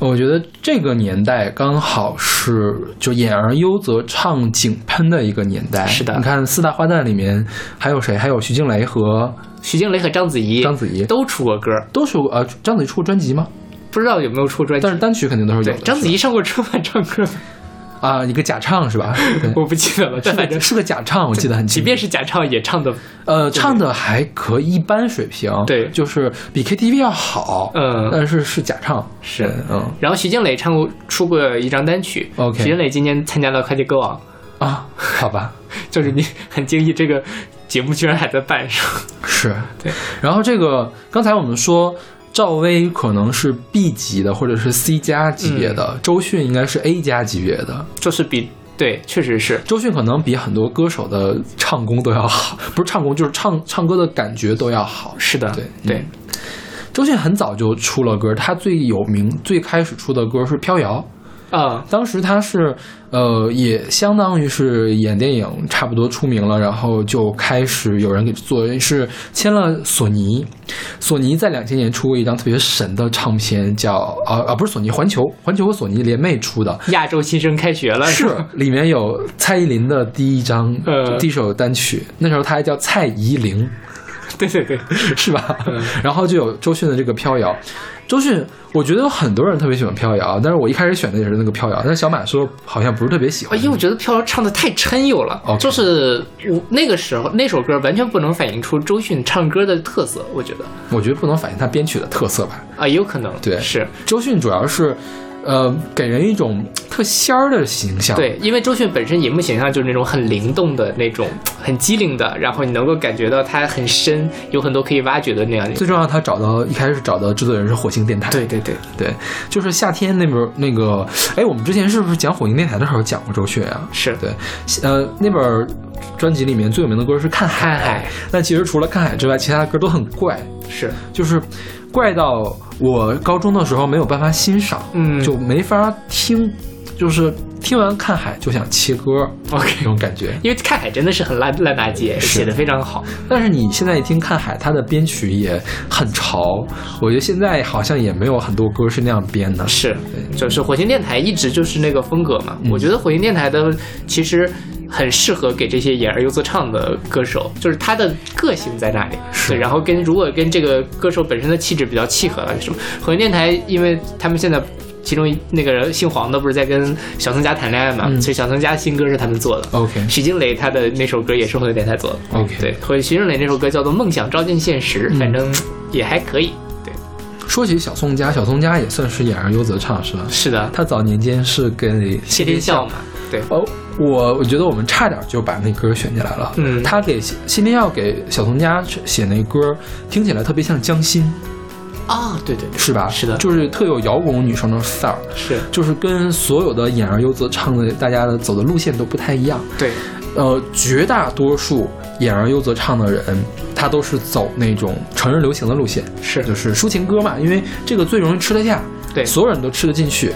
我觉得这个年代刚好是就演而优则唱井喷的一个年代。是的你看四大花旦里面还有谁？还有徐静蕾和徐静蕾和章子怡，章子怡都出过歌，都是呃章子怡出过专辑吗？不知道有没有出专辑但。是单曲肯定都是有对的。，章子怡上过春晚唱歌， 啊、一个假唱是吧？对 我不记得了，但反正是个假唱，我记得很清楚。即便是假唱也唱的，呃，唱的还可以，一般水平。对就是比 KTV 要好。嗯但是是假唱。是嗯嗯然后徐静蕾唱过出过一张单曲 OK 徐静蕾今年参加了《快递歌王啊， 好吧。》，就是嗯你很惊异这个节目居然还在办，是吧？是对。然后这个刚才我们说赵薇可能是 B 级的或者是 C 加级别的，周迅应该是 A 加级别的。嗯就是比对，确实是周迅可能比很多歌手的唱功都要好，不是唱功就是唱唱歌的感觉都要好。是的，对对。嗯周迅很早就出了歌，她最有名、最开始出的歌是《飘摇》。啊、当时他是，呃，也相当于是演电影差不多出名了，然后就开始有人给做，是签了索尼。索尼在两千年出过一张特别神的唱片，叫啊啊不是索尼，环球，环球和索尼联袂出的，亚洲新生开学了，是吧里面有蔡依林的第一张、呃第一首单曲，那时候她还叫蔡依林。对对嗯对， 是吧？然后就有周迅的这个飘摇。周迅，我觉得有很多人特别喜欢飘摇，但是我一开始选的也是那个飘摇，但是小马说好像不是特别喜啊欢因为。我觉得飘唱的太抻悠了 OK 就是我那个时候那首歌完全不能反映出周迅唱歌的特色，我觉得我觉得不能反映他编曲的特色吧。啊，也有可能对是周迅主要是，呃，给人一种特仙儿的形象。对，因为周迅本身荧幕形象就是那种很灵动的那种，很机灵的，然后你能够感觉到她很深，有很多可以挖掘的那样的。最重要，他找到一开始找到制作人是火星电台。对对对，对，就是夏天那本那个，哎，我们之前是不是讲火星电台的时候讲过周迅啊？是对，呃，那本专辑里面最有名的歌是《看海》，看海但其实除了《看海》之外，其他的歌都很怪，是，就是怪到我高中的时候没有办法欣赏，嗯就没法听，就是听完《看海》就想切歌 OK 那种感觉。因为看海真的是很烂烂大街，是写的非常好。但是你现在一听《看海》，它的编曲也很潮，我觉得现在好像也没有很多歌是那样编的。是，对就是火星电台一直就是那个风格嘛。我觉得火星电台的其实很适合给这些演而优则唱的歌手，就是他的个性在那里。是对，然后跟如果跟这个歌手本身的气质比较契合啊了，什么火星电台，因为他们现在。其中一那个姓黄的不是在跟小曾家谈恋爱嘛，所以小曾家新歌是他们做的。 OK 徐静蕾她的那首歌也是火星电台做的。 OK 对，和徐静蕾那首歌叫做《梦想照进现实》，嗯反正也还可以。对，说起小宋佳，小宋佳也算是演而优则唱，是吧？是的，他早年间是给谢天笑嘛，对，哦，我我觉得我们差点就把那歌选进来了。嗯他给谢谢天耀给小童家写那歌，听起来特别像江心，啊、对对对，是吧？是的就是特有摇滚女生的范儿，是就是跟所有的演而优则唱的大家的走的路线都不太一样。对，呃，绝大多数演而优则唱的人，他都是走那种成人流行的路线，是就是抒情歌嘛，因为这个最容易吃得下，对所有人都吃得进去。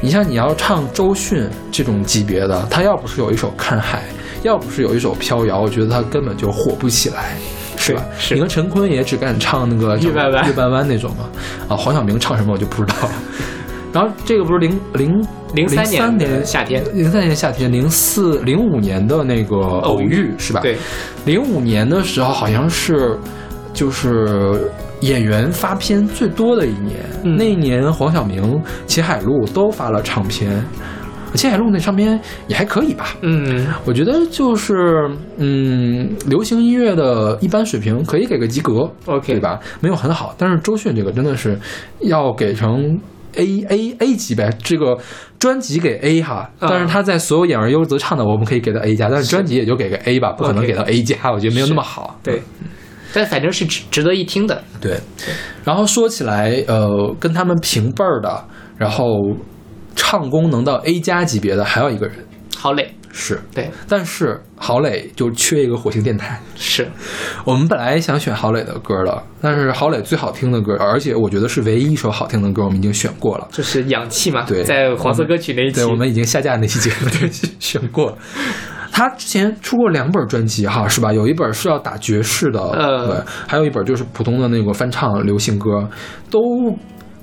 你像你要唱周迅这种级别的，他要不是有一首《看海》，要不是有一首《飘摇》，我觉得他根本就火不起来。是吧？是你跟陈坤也只敢唱那个月半弯月半弯那种嘛，啊，黄晓明唱什么我就不知道了。 然后这个不是零零03年三的夏天零三年夏天，零四零五年的那个偶遇是吧？对，零五年的时候好像是就是演员发片最多的一年，嗯那一年黄晓明、秦海璐都发了唱片，秦海璐那唱片也还可以吧。嗯，我觉得就是，嗯，流行音乐的一般水平可以给个及格 OK 对吧？没有很好，但是周迅这个真的是要给成 A A A 级呗，这个专辑给 A 哈，嗯但是他在所有演而优则唱的，我们可以给到 A 加，但是专辑也就给个 A 吧，不可能 OK 给到 A 加，我觉得没有那么好。嗯对，但反正是值值得一听的，对，然后说起来，呃，跟他们平辈儿的，然后唱功能到 A 加级别的，还有一个人郝磊，是。对，但是郝磊就缺一个火星电台，是我们本来想选郝磊的歌了，但是郝磊最好听的歌，而且我觉得是唯一一首好听的歌，我们已经选过了。就是氧气嘛，对在黄色歌曲那一期， 对，我们已经下架那期节目选过了。他之前出过两本专辑哈，是吧？有一本是要打爵士的，呃对，还有一本就是普通的那个翻唱流行歌，都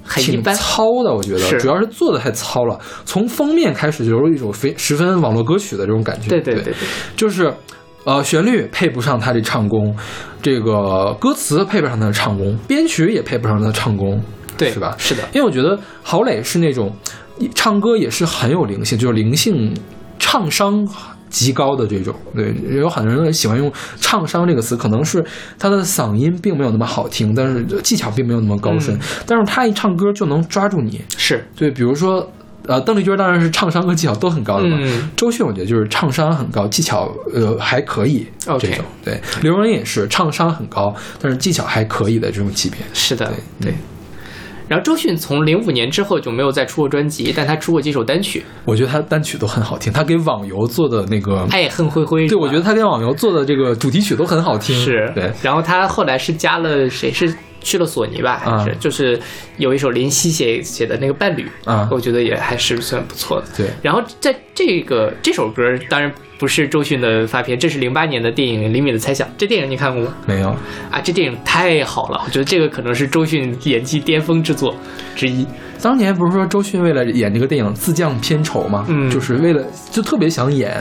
很一挺般糙的，我觉得是主要是做的太糙了。从封面开始就有一种非十分网络歌曲的这种感觉，对对对对对，就是呃旋律配不上他的唱功，这个歌词配不上他的唱功，编曲也配不上他的唱功，对是吧？是的，因为我觉得郝磊是那种唱歌也是很有灵性，就是灵性唱商极高的这种。对，有很多人喜欢用“唱商”这个词，可能是他的嗓音并没有那么好听，但是技巧并没有那么高深，嗯但是他一唱歌就能抓住你。是对，比如说。呃，邓丽君当然是唱商和技巧都很高的嘛。嗯周迅我觉得就是唱商很高，技巧呃还可以 OK 这种。对，刘若英也是唱商很高，但是技巧还可以的这种级别。是的，对，嗯然后周迅从零五年之后就没有再出过专辑，但她出过几首单曲，我觉得他单曲都很好听，他给网游做的那个《爱恨灰灰》是吧。对，我觉得他跟网游做的这个主题曲都很好听。是。对，然后她后来是加了谁是？去了索尼吧，还是、嗯就是有一首林夕写写的那个《伴侣》嗯我觉得也还是算不错的。对然后在这个这首歌，当然不是周迅的发片，这是零八年的电影《厘米的猜想》。这电影你看过吗？没有，啊，这电影太好了，我觉得这个可能是周迅演技巅峰之作之一。当年不是说周迅为了演这个电影自降片酬嘛，嗯就是为了就特别想演，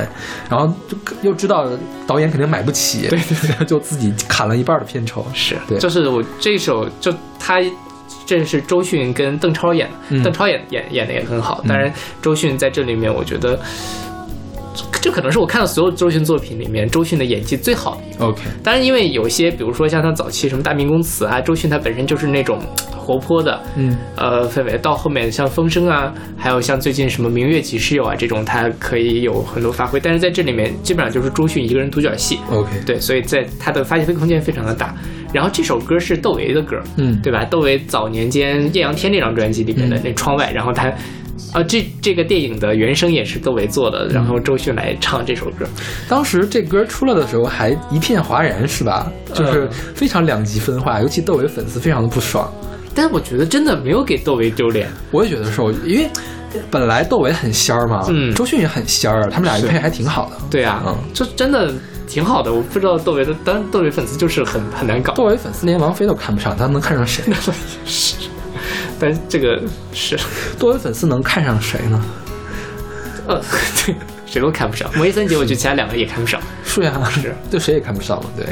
然后就又知道导演肯定买不起，对对 对，就自己砍了一半的片酬。是，对就是我这首就他。这是周迅跟邓超演的，嗯邓超演演演的也很好。当然，周迅在这里面，我觉得这这可能是我看到所有周迅作品里面，周迅的演技最好的一个。 OK，当然，因为有些，比如说像他早期什么《大明宫词》啊，周迅她本身就是那种活泼的，嗯，呃氛围。到后面像《风声》啊，还有像最近什么《明月几时有》啊这种，她可以有很多发挥。但是在这里面，基本上就是周迅一个人独角戏。 OK 对，所以在她的发挥空间非常的大。然后这首歌是窦唯的歌，嗯对吧？窦唯早年间《艳阳天》这张专辑里面的那《窗外》，然后他。啊，这这个电影的原声也是窦唯做的，然后嗯周迅来唱这首歌，当时这歌出来的时候还一片哗然，是吧？就是嗯非常两极分化，尤其窦唯粉丝非常的不爽。但我觉得真的没有给窦唯丢脸，我也觉得是，我因为本来窦唯很仙儿嘛，嗯周迅也很仙儿，他们俩一配还挺好的。对啊，嗯就真的挺好的。我不知道窦唯的，当然窦唯粉丝就是很很难搞，窦唯粉丝连王菲都看不上，他能看上谁？ 但这个是，窦唯粉丝能看上谁呢？呃，对， 谁都看不上。摩伊森杰，我觉得其他两个也看不上。是啊呀、是对谁也看不上嘛。对。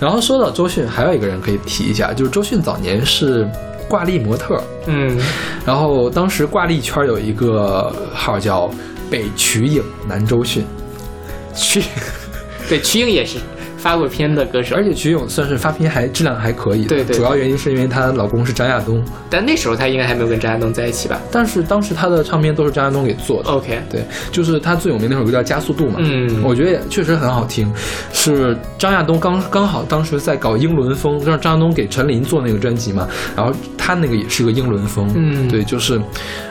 然后说到周迅，还有一个人可以提一下，就是周迅早年是挂历模特，嗯，然后当时挂历圈有一个号叫“北瞿颖南周迅曲，对，曲颖也是发过片的歌”，手而，且瞿颖算是发片还质量还可以的。对对主要原因是因为她老公是张亚东，但那时候她应该还没有跟张亚东在一起吧但是当时她的唱片都是张亚东给做的。 ？OK，对，就是他最有名那首歌叫《加速度》嘛，嗯我觉得也确实很好听，是张亚东刚刚好当时在搞英伦风，让张亚东给陈琳做那个专辑嘛，然后他那个也是个英伦风，嗯对，就是，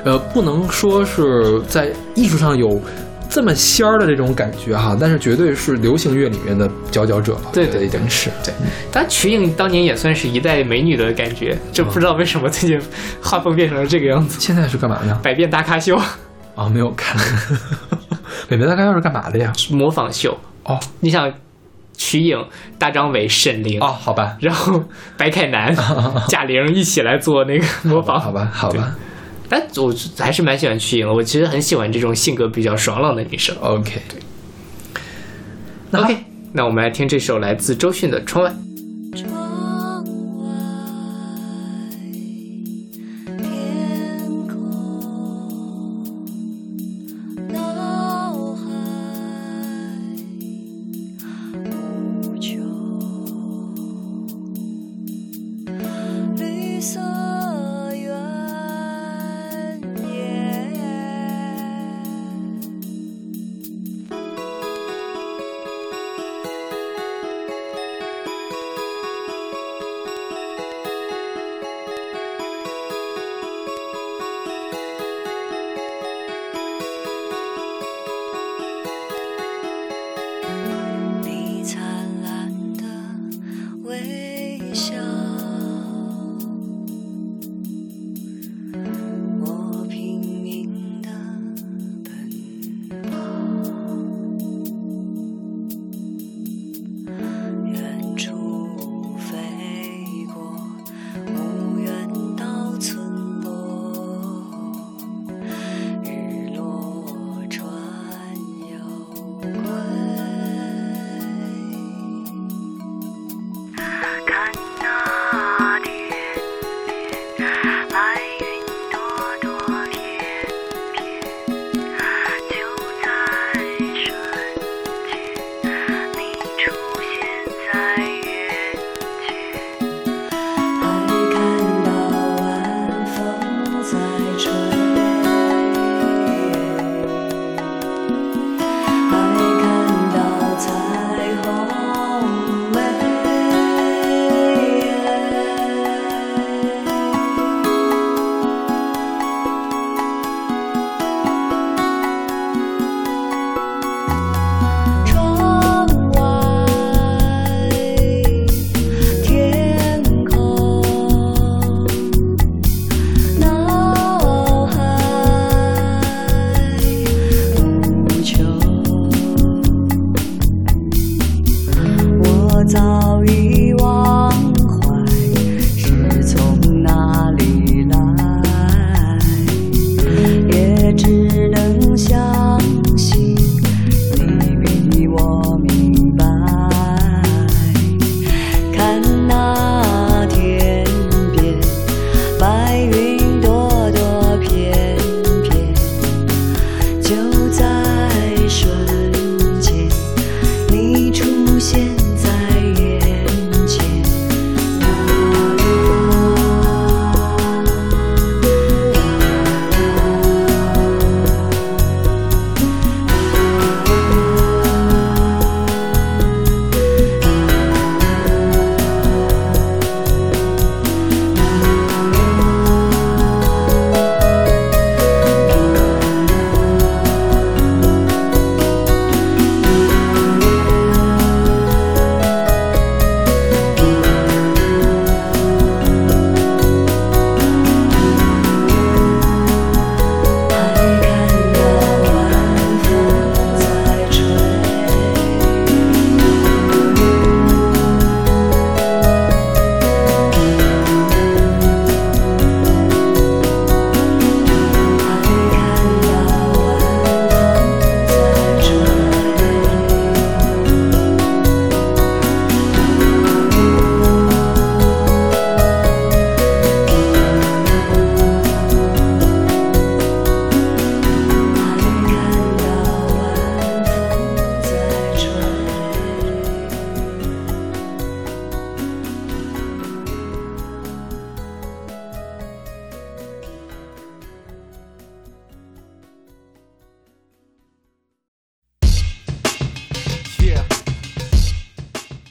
呃，不能说是在艺术上有。这么仙儿的这种感觉哈，但是绝对是流行乐里面的佼佼者了，对我觉得对嗯已经是对。但曲颖当年也算是一代美女的感觉，就不知道为什么最近画风变成了这个样子。现在是干嘛呢？百变大咖秀、啊、没有看，北美大概要是干嘛的呀？模仿秀，哦你想，曲颖、大张伟、沈凌哦，好吧，然后白凯 南、贾玲一起来做那个模仿。好吧，好吧但我还是蛮喜欢曲颖的，我其实很喜欢这种性格比较爽朗的女生。 ，OK。那 OK，那我们来听这首来自周迅的《窗外》。窗外天空，脑海无穷，绿色原野。你灿烂的微笑，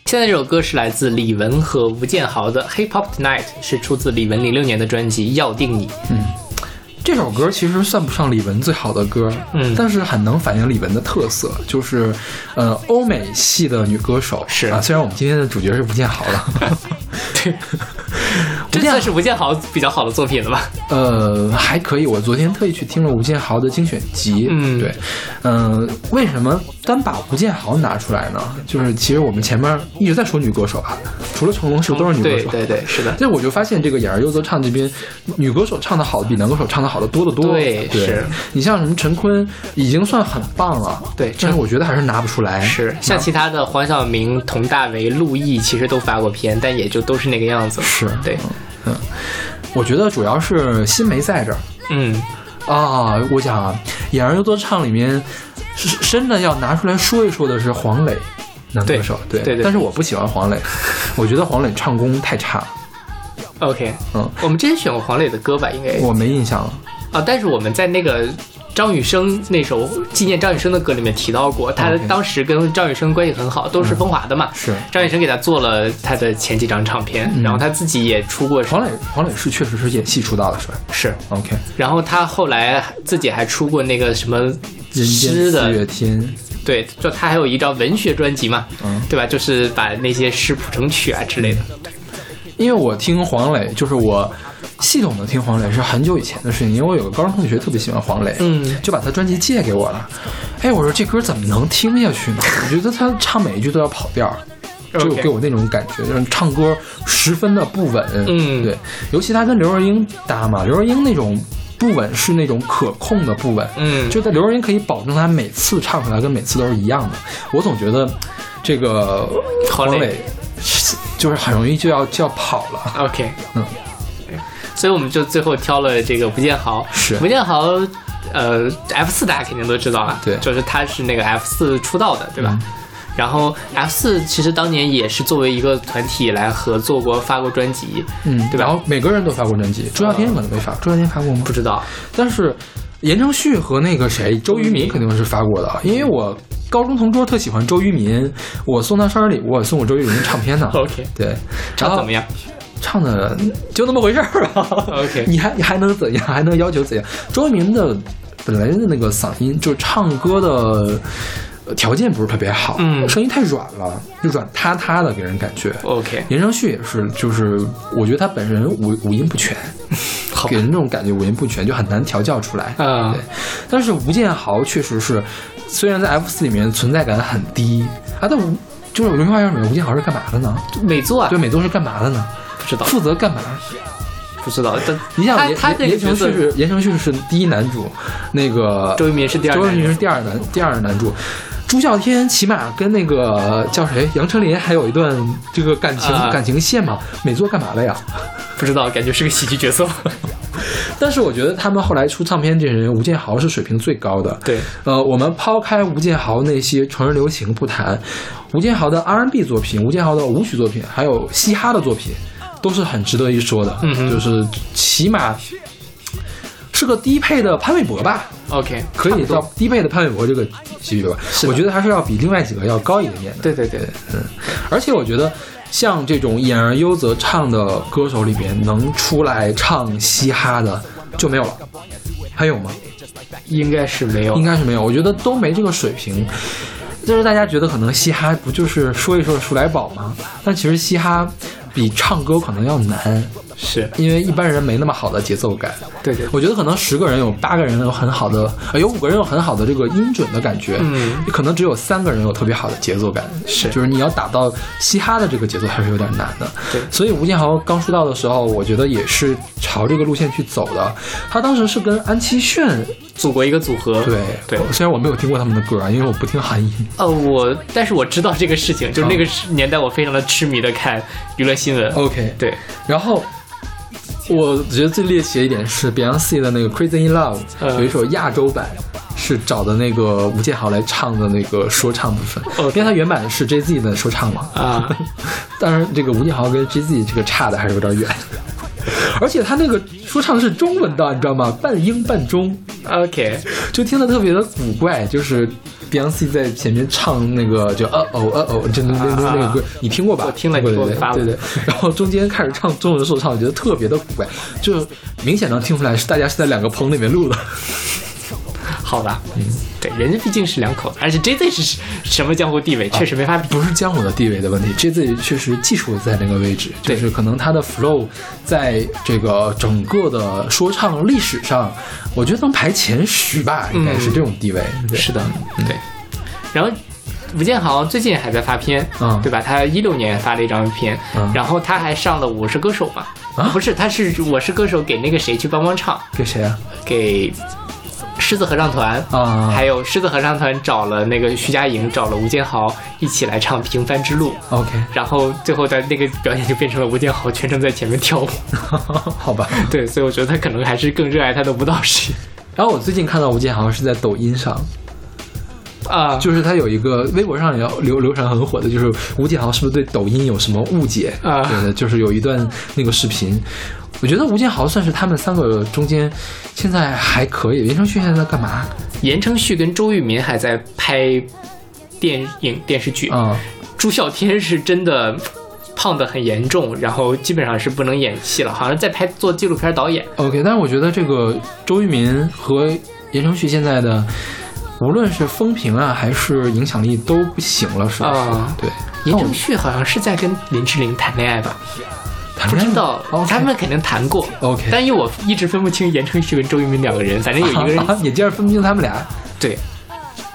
现在这首歌是来自李玟和吴建豪的《Hip Hop Tonight》，是出自李玟零六年的专辑《要定你》。这首歌其实算不上李玟最好的歌，嗯但是很能反映李玟的特色，就是，呃，欧美系的女歌手是啊。虽然我们今天的主角是吴建豪了，这算是吴建豪比较好的作品了 吧？呃，还可以。我昨天特意去听了吴建豪的精选集，嗯对，嗯、为什么单把吴建豪拿出来呢？就是其实我们前面一直在说女歌手啊，除了成龙，是不是都是女歌对手？嗯对对，是的。这我就发现，这个演而优则唱这边，女歌手唱的好的比男歌手唱的好的多得多。对是你像什么陈坤，已经算很棒了，对但是我觉得还是拿不出来。是像其他的黄晓明、佟大为、陆毅，其实都发过片，但也就都是那个样子。是对，嗯我觉得主要是心没在这儿嗯，啊。我想啊，演而优则唱里面，是真的要拿出来说一说的是黄磊，男歌手。对对对但是我不喜欢黄磊， 我觉得黄磊唱功太差。 OK，嗯，我们之前选过黄磊的歌吧，应该我没印象了。啊，但是我们在那个张雨生那首纪念张雨生的歌里面提到过，他 OK 嗯当时跟张雨生关系很好，都是风华的嘛。是嗯张雨生给他做了他的前几张唱片，然后他自己也出过黄磊，黄磊是确实是演戏出道的，是吧是， ？OK，然后他后来自己还出过那个什么人间诗四月的，天。对，就他还有一张文学专辑嘛，嗯对吧？就是把那些诗谱成曲啊之类的。因为我听黄磊，就是我系统的听黄磊是很久以前的事情，因为我有个高中同学特别喜欢黄磊，嗯就把他专辑借给我了。哎，我说这歌怎么能听下去呢？ 我觉得他唱每一句都要跑调儿。就 OK 给我那种感觉，就是唱歌十分的不稳。嗯对，尤其他跟刘若英搭嘛，刘若英那种不稳是那种可控的不稳。嗯就在刘若英可以保证她每次唱出来跟每次都是一样的。我总觉得这个黄黄磊磊是就是很容易就要就要跑了。 OK，嗯，所以我们就最后挑了这个吴建豪，是吴建豪，呃，F 四大家肯定都知道了，对就是他是那个 F 四出道的，对吧？嗯然后 F 四其实当年也是作为一个团体来合作过，发过专辑，嗯，对然吧？嗯后每个人都发过专辑，朱孝天可能没发，朱孝天发过吗？不知道，。但是言承旭和那个谁周渝民肯定是发过的，因为我高中同桌特喜欢周渝民，我送他生日礼物，我送我周渝民的唱片呢 OK 对，然唱后怎么样？唱的就那么回事儿吧。 OK 你还你还能怎样？还能要求怎样？周渝民的本来的那个嗓音，就是唱歌的呃条件不是特别好，嗯声音太软了，就软塌塌的，给人感觉。 OK，言承旭也是，就是我觉得他本人五五音不全， 好给人那种感觉五音不全，就很难调教出来。嗯对。但是吴建豪确实是，虽然在 F 四里面存在感很低啊，但吴就是《流星花园》里面吴建豪是干嘛的呢？美作啊对，，美作是干嘛的呢？不知道，负责干嘛？哎不知道。但你想他言他这言个言角承旭色，是言承旭是第一男主，那个周渝民是第二周渝男民主是第二男第二男主。朱孝天起码跟那个叫谁杨丞琳还有一段这个感情、啊感情线嘛，美作干嘛了呀？不知道，感觉是个喜剧角色。但是我觉得他们后来出唱片这人，吴建豪是水平最高的。对，呃，我们抛开吴建豪那些成人流行不谈，吴建豪的 R&B 作品、吴建豪的舞曲作品，还有嘻哈的作品，都是很值得一说的。嗯哼就是起码是个低配的潘玮柏吧。 OK，可以到低配的潘玮柏这个级别吧，的我觉得还是要比另外几个要高一点点的。嗯对对对，而且我觉得，像这种演而优则唱的歌手里面，能出来唱嘻哈的就没有了。还有吗？应该是没有应。该是没有，我觉得都没这个水平。就是大家觉得可能嘻哈不就是说一说数来宝吗？但其实嘻哈比唱歌可能要难，是，因为一般人没那么好的节奏感。对对我觉得可能十个人有八个人有很好的，呃，有五个人有很好的这个音准的感觉，嗯，可能只有三个人有特别好的节奏感，是就是你要打到嘻哈的这个节奏还是有点难的，对所以吴建豪刚出道的时候，我觉得也是朝这个路线去走的，他当时是跟安七炫，祖国一个组合。对对，虽然我没有听过他们的歌啊，因为我不听韩音，呃，我但是我知道这个事情，就是那个时年代我非常的痴迷的看娱乐新闻。 OK，对，然后。我觉得最猎奇的一点是 Beyonce 的那个《Crazy in Love 嗯》，有一首亚洲版，是找的那个吴建豪来唱的那个说唱部分，因 OK 为他原版是 Jay Z 的说唱嘛。哦啊，当然，这个吴建豪跟 Jay Z 这个差的还是有点远，而且他那个说唱是中文的，你知道吗？半英半中， OK，就听得特别的古怪，就是 Beyonce 在前面唱那个就呃哦呃哦，就那那啊那个歌，你听过吧？我听了对你给对我对发了对 对。然后中间开始唱中文说唱，我觉得特别的古怪，就明显能听出来是大家是在两个棚里面录的。 好吧，嗯，对，人家毕竟是两口子，而且 JZ 是什么江湖地位，确实没法比。啊不是江湖的地位的问题，JZ 确实技术在那个位置，对就是可能他的 flow 在这个整个的说唱历史上，我觉得能排前十吧，应嗯该是这种地位。对嗯是的，对。然后吴建豪最近还在发片，嗯对吧？他一六年发了一张片，嗯然后他还上了《我是歌手》嘛，啊不是，他是《我是歌手》给那个谁去帮帮唱，给谁啊？给狮子合唱团啊还有狮子合唱团找了那个徐佳莹，找了吴建豪一起来唱《平凡之路》。 OK，然后最后的那个表演就变成了吴建豪全程在前面跳 舞，好吧。对，所以我觉得他可能还是更热爱他的舞蹈事业然后我最近看到吴建豪是在抖音上，啊，就是他有一个微博上也流流传很火的，就是吴建豪是不是对抖音有什么误解？啊对的，就是有一段那个视频。我觉得吴建豪算是他们三个中间现在还可以。言承旭现在在干嘛？言承旭跟周渝民还在拍电影电视剧，啊、朱孝天是真的胖的很严重，然后基本上是不能演戏了，好像在拍做纪录片导演。 OK，但是我觉得这个周渝民和言承旭现在的，无论是风评啊还是影响力都不行了，是不是？啊对，言承旭好像是在跟林志玲谈恋爱吧？不知道，他们肯定谈过。哦 OK 但因为我一直分不清言承旭跟周渝民两个人，反正 有一个人啊，也这样分不清他们俩。对，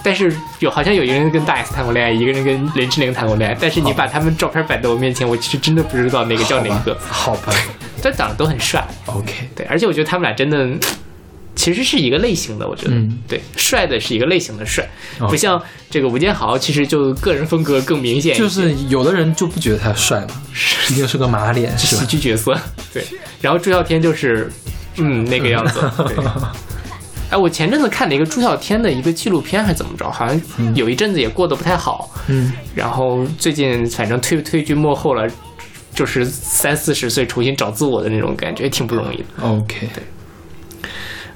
但是有好像有一个人跟大 S 谈过恋爱，一个人跟林志玲谈过恋爱，但是你把他们照片摆在我面前，我其实真的不知道哪个叫哪个，好吧 但长得都很帅， ，OK，对，而且我觉得他们俩真的。其实是一个类型的，我觉得，嗯对，帅的是一个类型的帅，哦不像这个吴建豪，其实就个人风格更明显一些，就是有的人就不觉得 他帅嘛，毕竟是个马脸，是喜吧？剧角色，对，然后朱孝天就是，嗯，那个样子，对。 哎，我前阵子看了一个朱孝天的一个纪录片，还是怎么着？好像有一阵子也过得不太好，嗯，然后最近反正退退居幕后了，就是三四十岁重新找自我的那种感觉，挺不容易的。 OK，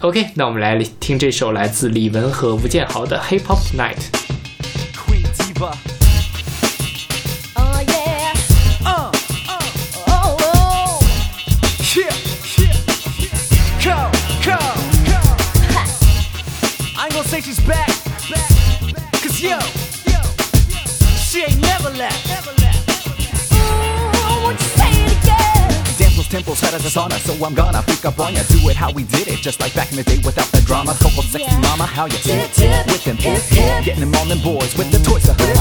OK，那我们来听这首来自李玟和吴建豪的《Hip Hop Night》。 Oh yeah. Oh, oh. I ain't gonna say she's back. Cause yo, she ain't never left. I want you to say it again. Dance floor's temples had us on so I'm gonna pick up on ya. Do it how we did it, just like back in the day without the drama. Couple sexy Yeah. mama, how ya Tip, tip, with them hip, hip. Getting them on them boys with the toys to hook.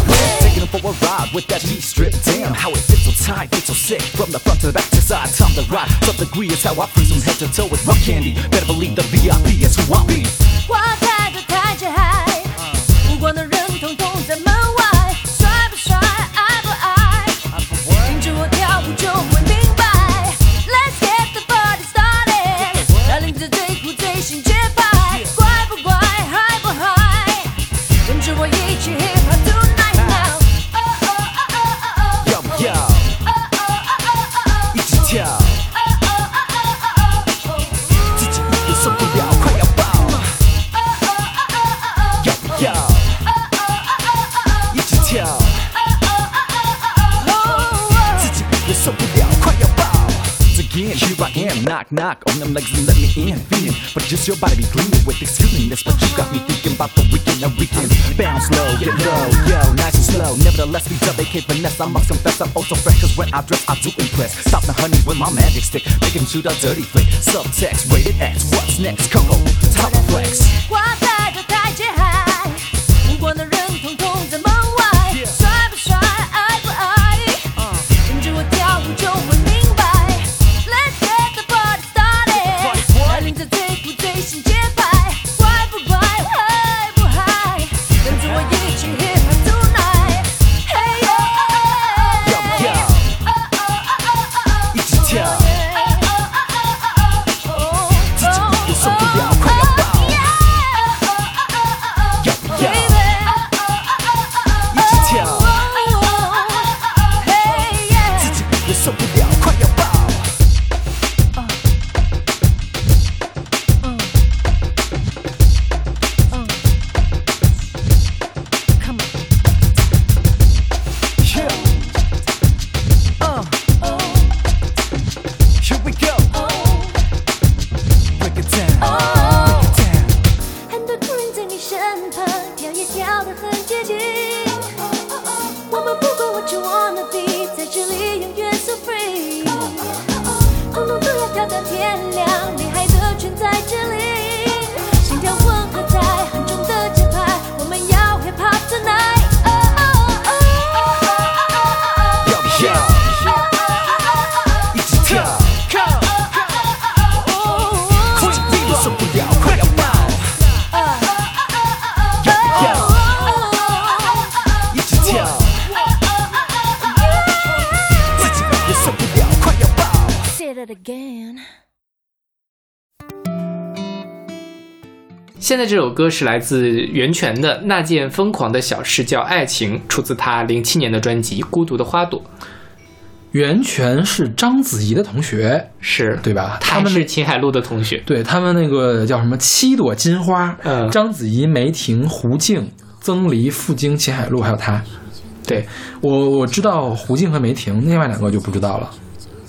Taking them for a ride with that heat strip. Damn, how it fits so tight, fits so sick. From the front to the back to side, time to ride. Sub degree is how I freeze from head to toe with rock candy. Better believe the VIP is who I be. 花开的太厉害，无关的人统统在门外。帅不帅，爱不爱，跟着我跳舞就会明白。Let's get the party started，带领着最酷最新节拍，乖不乖，嗨不嗨，跟着我一起 hip hop tonight now。哦哦哦哦哦哦 Yo, 哦 yo, 哦哦哦哦哦 eat the towel. 自己的受不了，快要爆！要不要一起跳？自己也受不了，快要爆！Once Again, here I am, knock knock on them legs and let me in, feeling. But just your body be gleaming with this feelingness. But you got me thinking about the weekend, the weekend. Bounce low, get low, yo, nice and slow. Nevertheless, we double K finesse. I must confess, I'm also fresh, cause when I dress, I do impress. Stop the honey with my magic stick, make him shoot a dirty flick. Subtext, rated X, what's next? Coco, top flex. 花开的太厉害，无关的人统统在门外。帅不帅，爱不爱，跟着我跳舞就会明白。Let's get the party started，带领着最酷最新节拍，乖不乖，嗨不嗨，跟着我一起 hip hop tonight。Hey yo， Yo, yo. 一起跳，自己也受不了，快要爆！要哦跳到天亮，厉害的全在这里。心跳混合在很重的节拍，我们要 hip hop tonight。哦哦哦哦哦哦哦哦 Yo yo，一起跳，哦快点受不了，快要爆，一起跳，自己也受不了，快要爆。哦。Say that again。现在这首歌是来自袁泉的《那件疯狂的小事叫爱情》，出自她零七年的专辑《孤独的花朵》。袁泉是章子怡的同学，是对吧？他他们们那是秦海璐的同学，对他们那个叫什么七朵金花，嗯章子怡、梅婷、胡静、曾黎、傅菁、秦海璐，还有他。对我我知道胡静和梅婷，另外两个就不知道了。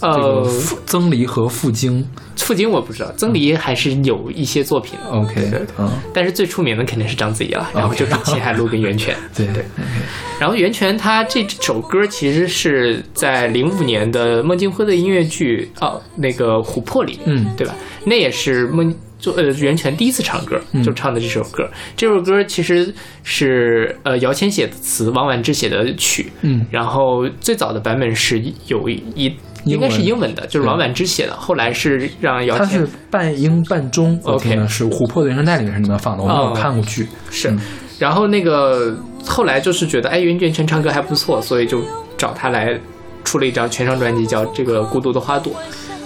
呃呃，，傅曾黎和傅菁傅菁我不知道，曾黎还是有一些作品， ，OK，嗯，但是最出名的肯定是章子怡了，然后就是秦海璐跟袁泉。对对，然后袁泉她这首歌其实是在零五年的孟京辉的音乐剧哦，那个《琥珀》里，嗯对吧？那也是孟就呃袁泉第一次唱歌，嗯就唱的这首歌。这首歌其实是呃姚谦写的词，王婉之写的曲，嗯然后最早的版本是有一应英文该是英文的，就是王婉之写的，后来是让姚它谦是半英半中我 OK 听的是《琥珀的原声带》里面是那么放的，我没有哦看过剧。嗯是，然后那个后来就是觉得哎袁泉泉唱歌还不错，所以就找他来出了一张全唱专辑，叫《这个孤独的花朵》。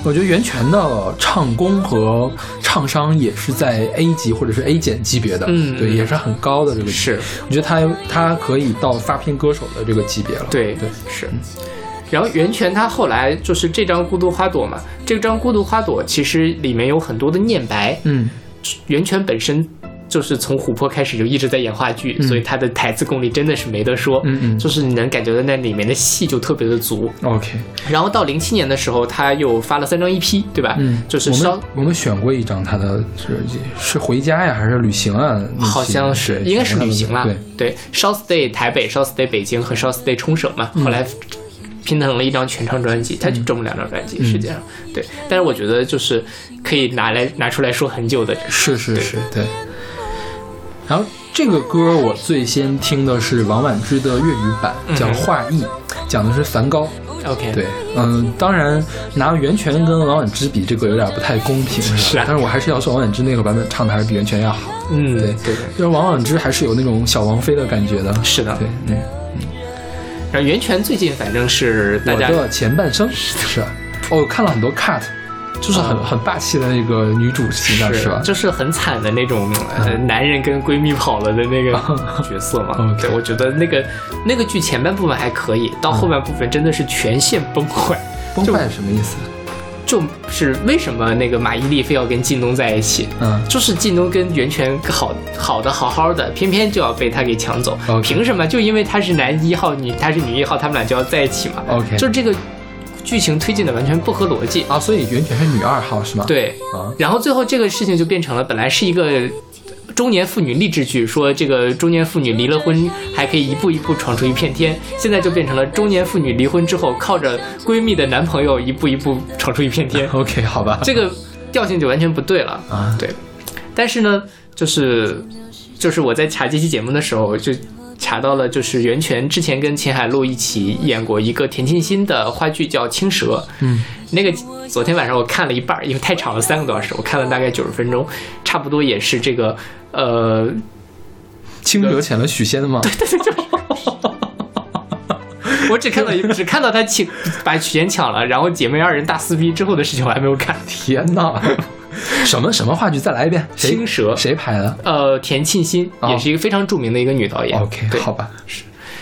我觉得袁泉的唱功和唱商也是在 A 级或者是 A 减级别的，嗯对，也是很高的这个级别。是，我觉得他他可以到发片歌手的这个级别了。对对，嗯是。然后袁泉她后来就是这张《孤独花朵》嘛，这张《孤独花朵》其实里面有很多的念白。嗯，袁泉本身就是从《琥珀》开始就一直在演话剧，所以她的台词功力真的是没得说。嗯嗯就是你能感觉到那里面的戏就特别的足。 ，OK，然后到零七年的时候，她又发了三张 EP，对吧？嗯，就是我稍们我们选过一张他的是是回家呀还是旅行啊？那期好像是对应该是选过旅他的行啦，啊对，对 s h o r t Stay 台北、s h o r t Stay 北京和 s h o r t Stay 冲绳嘛，嗯后来拼成了一张全唱专辑，它就这么两张专辑，实际上对，嗯但是我觉得就是可以拿来拿出来说很久的，是是是，对。然后这个歌我最先听的是王婉之的粤语版，叫《画意》，讲的是梵高。嗯 OK，对，嗯，当然拿袁泉跟王婉之比，这个有点不太公平，吧是啊但是我还是要说王婉之那个版本唱的还是比袁泉要好。嗯，对对。就是王婉之还是有那种小王菲的感觉的。是的对，嗯，然后袁泉最近反正是大我家的前半生是，哦，我看了很多 cut，就是很、哦很霸气的那个女主形象吧？嗯就是很惨的那种，呃，男人跟闺蜜跑了的那 个角色嘛。 OK 对，我觉得那个那个剧前半部分还可以，到嗯后半部分真的是全线崩溃。崩坏是什么意思？就是为什么那个马伊琍非要跟靳东在一起？嗯就是靳东跟袁泉好好的好好的，偏偏就要被他给抢走 OK 凭什么？就因为他是男一号，女他是女一号，他们俩就要在一起嘛 OK 就是这个剧情推进的完全不合逻辑。啊，所以袁泉是女二号是吗？，对，啊然后最后这个事情就变成了，本来是一个中年妇女励志剧，说这个中年妇女离了婚还可以一步一步闯出一片天，现在就变成了中年妇女离婚之后，靠着闺蜜的男朋友一步一步闯出一片天。 ，OK，好吧，这个调性就完全不对了啊对，但是呢，就是就是我在查这期节目的时候就。查到了，就是袁泉之前跟秦海璐一起演过一个田沁鑫的话剧叫《青蛇》，嗯，那个昨天晚上我看了一半儿，因为太长了，三个多小时，我看了大概九十分钟，差不多也是这个呃青蛇潜了许仙的吗？我只看到一只看到他抢把许仙抢了，然后姐妹二人大撕逼之后的事情我还没有看。天哪，什么什么话剧？再来一遍，谁青蛇谁拍的呃，田沁鑫哦也是一个非常著名的一个女导演。 ？OK，对，好吧，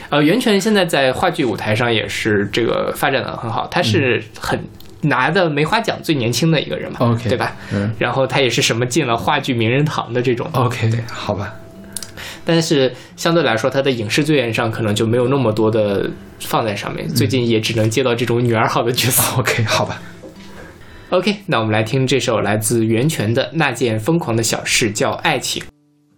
呃，袁泉现在在话剧舞台上也是这个发展的很好，她是很。拿的梅花奖最年轻的一个人嘛嗯 OK，对吧？嗯然后她也是什么进了话剧名人堂的这种， ，OK，好吧，但是相对来说，她的影视资源上可能就没有那么多的放在上面，最近也只能接到这种女二号的角色。嗯 OK，好吧。 OK，那我们来听这首来自袁泉的《那件疯狂的小事叫爱情》。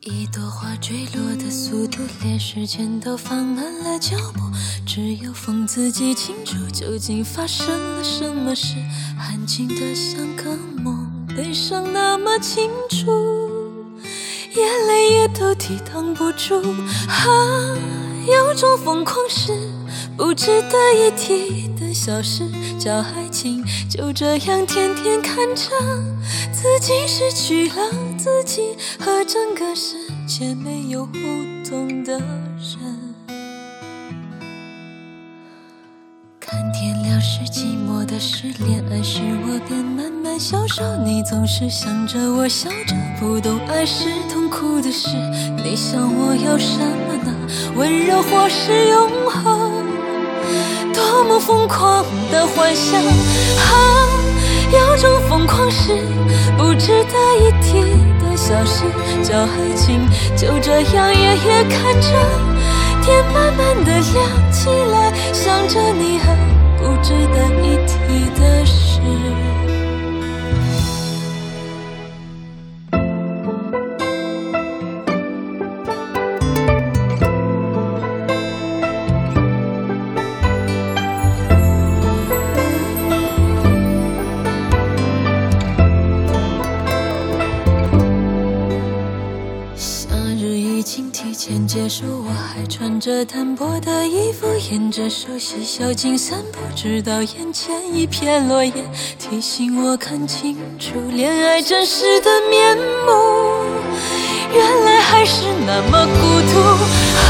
一朵花坠落的速度，连时间都放慢了脚步。只有风自己清楚，究竟发生了什么事，安静的像个上那么清楚，眼泪也都抵挡不住。啊，有种疯狂是不值得一提的小事，叫爱情。就这样天天看着自己失去了自己，和整个世界没有互动的人。看天亮是寂寞的事，恋爱时我便慢慢消瘦。你总是想着我笑着，不懂爱是痛苦的事。你想我要什么呢？温柔或是永恒？多么疯狂的幻想啊！有种疯狂是不值得一提的小事，叫爱情。就这样夜夜看着天慢慢的亮起来，想着你和不值得一提的事。夏日已经提前结束，我还穿着单薄的衣服，沿着熟悉小径散步，直到眼前一片落叶，提醒我看清楚恋爱真实的面目。原来还是那么孤独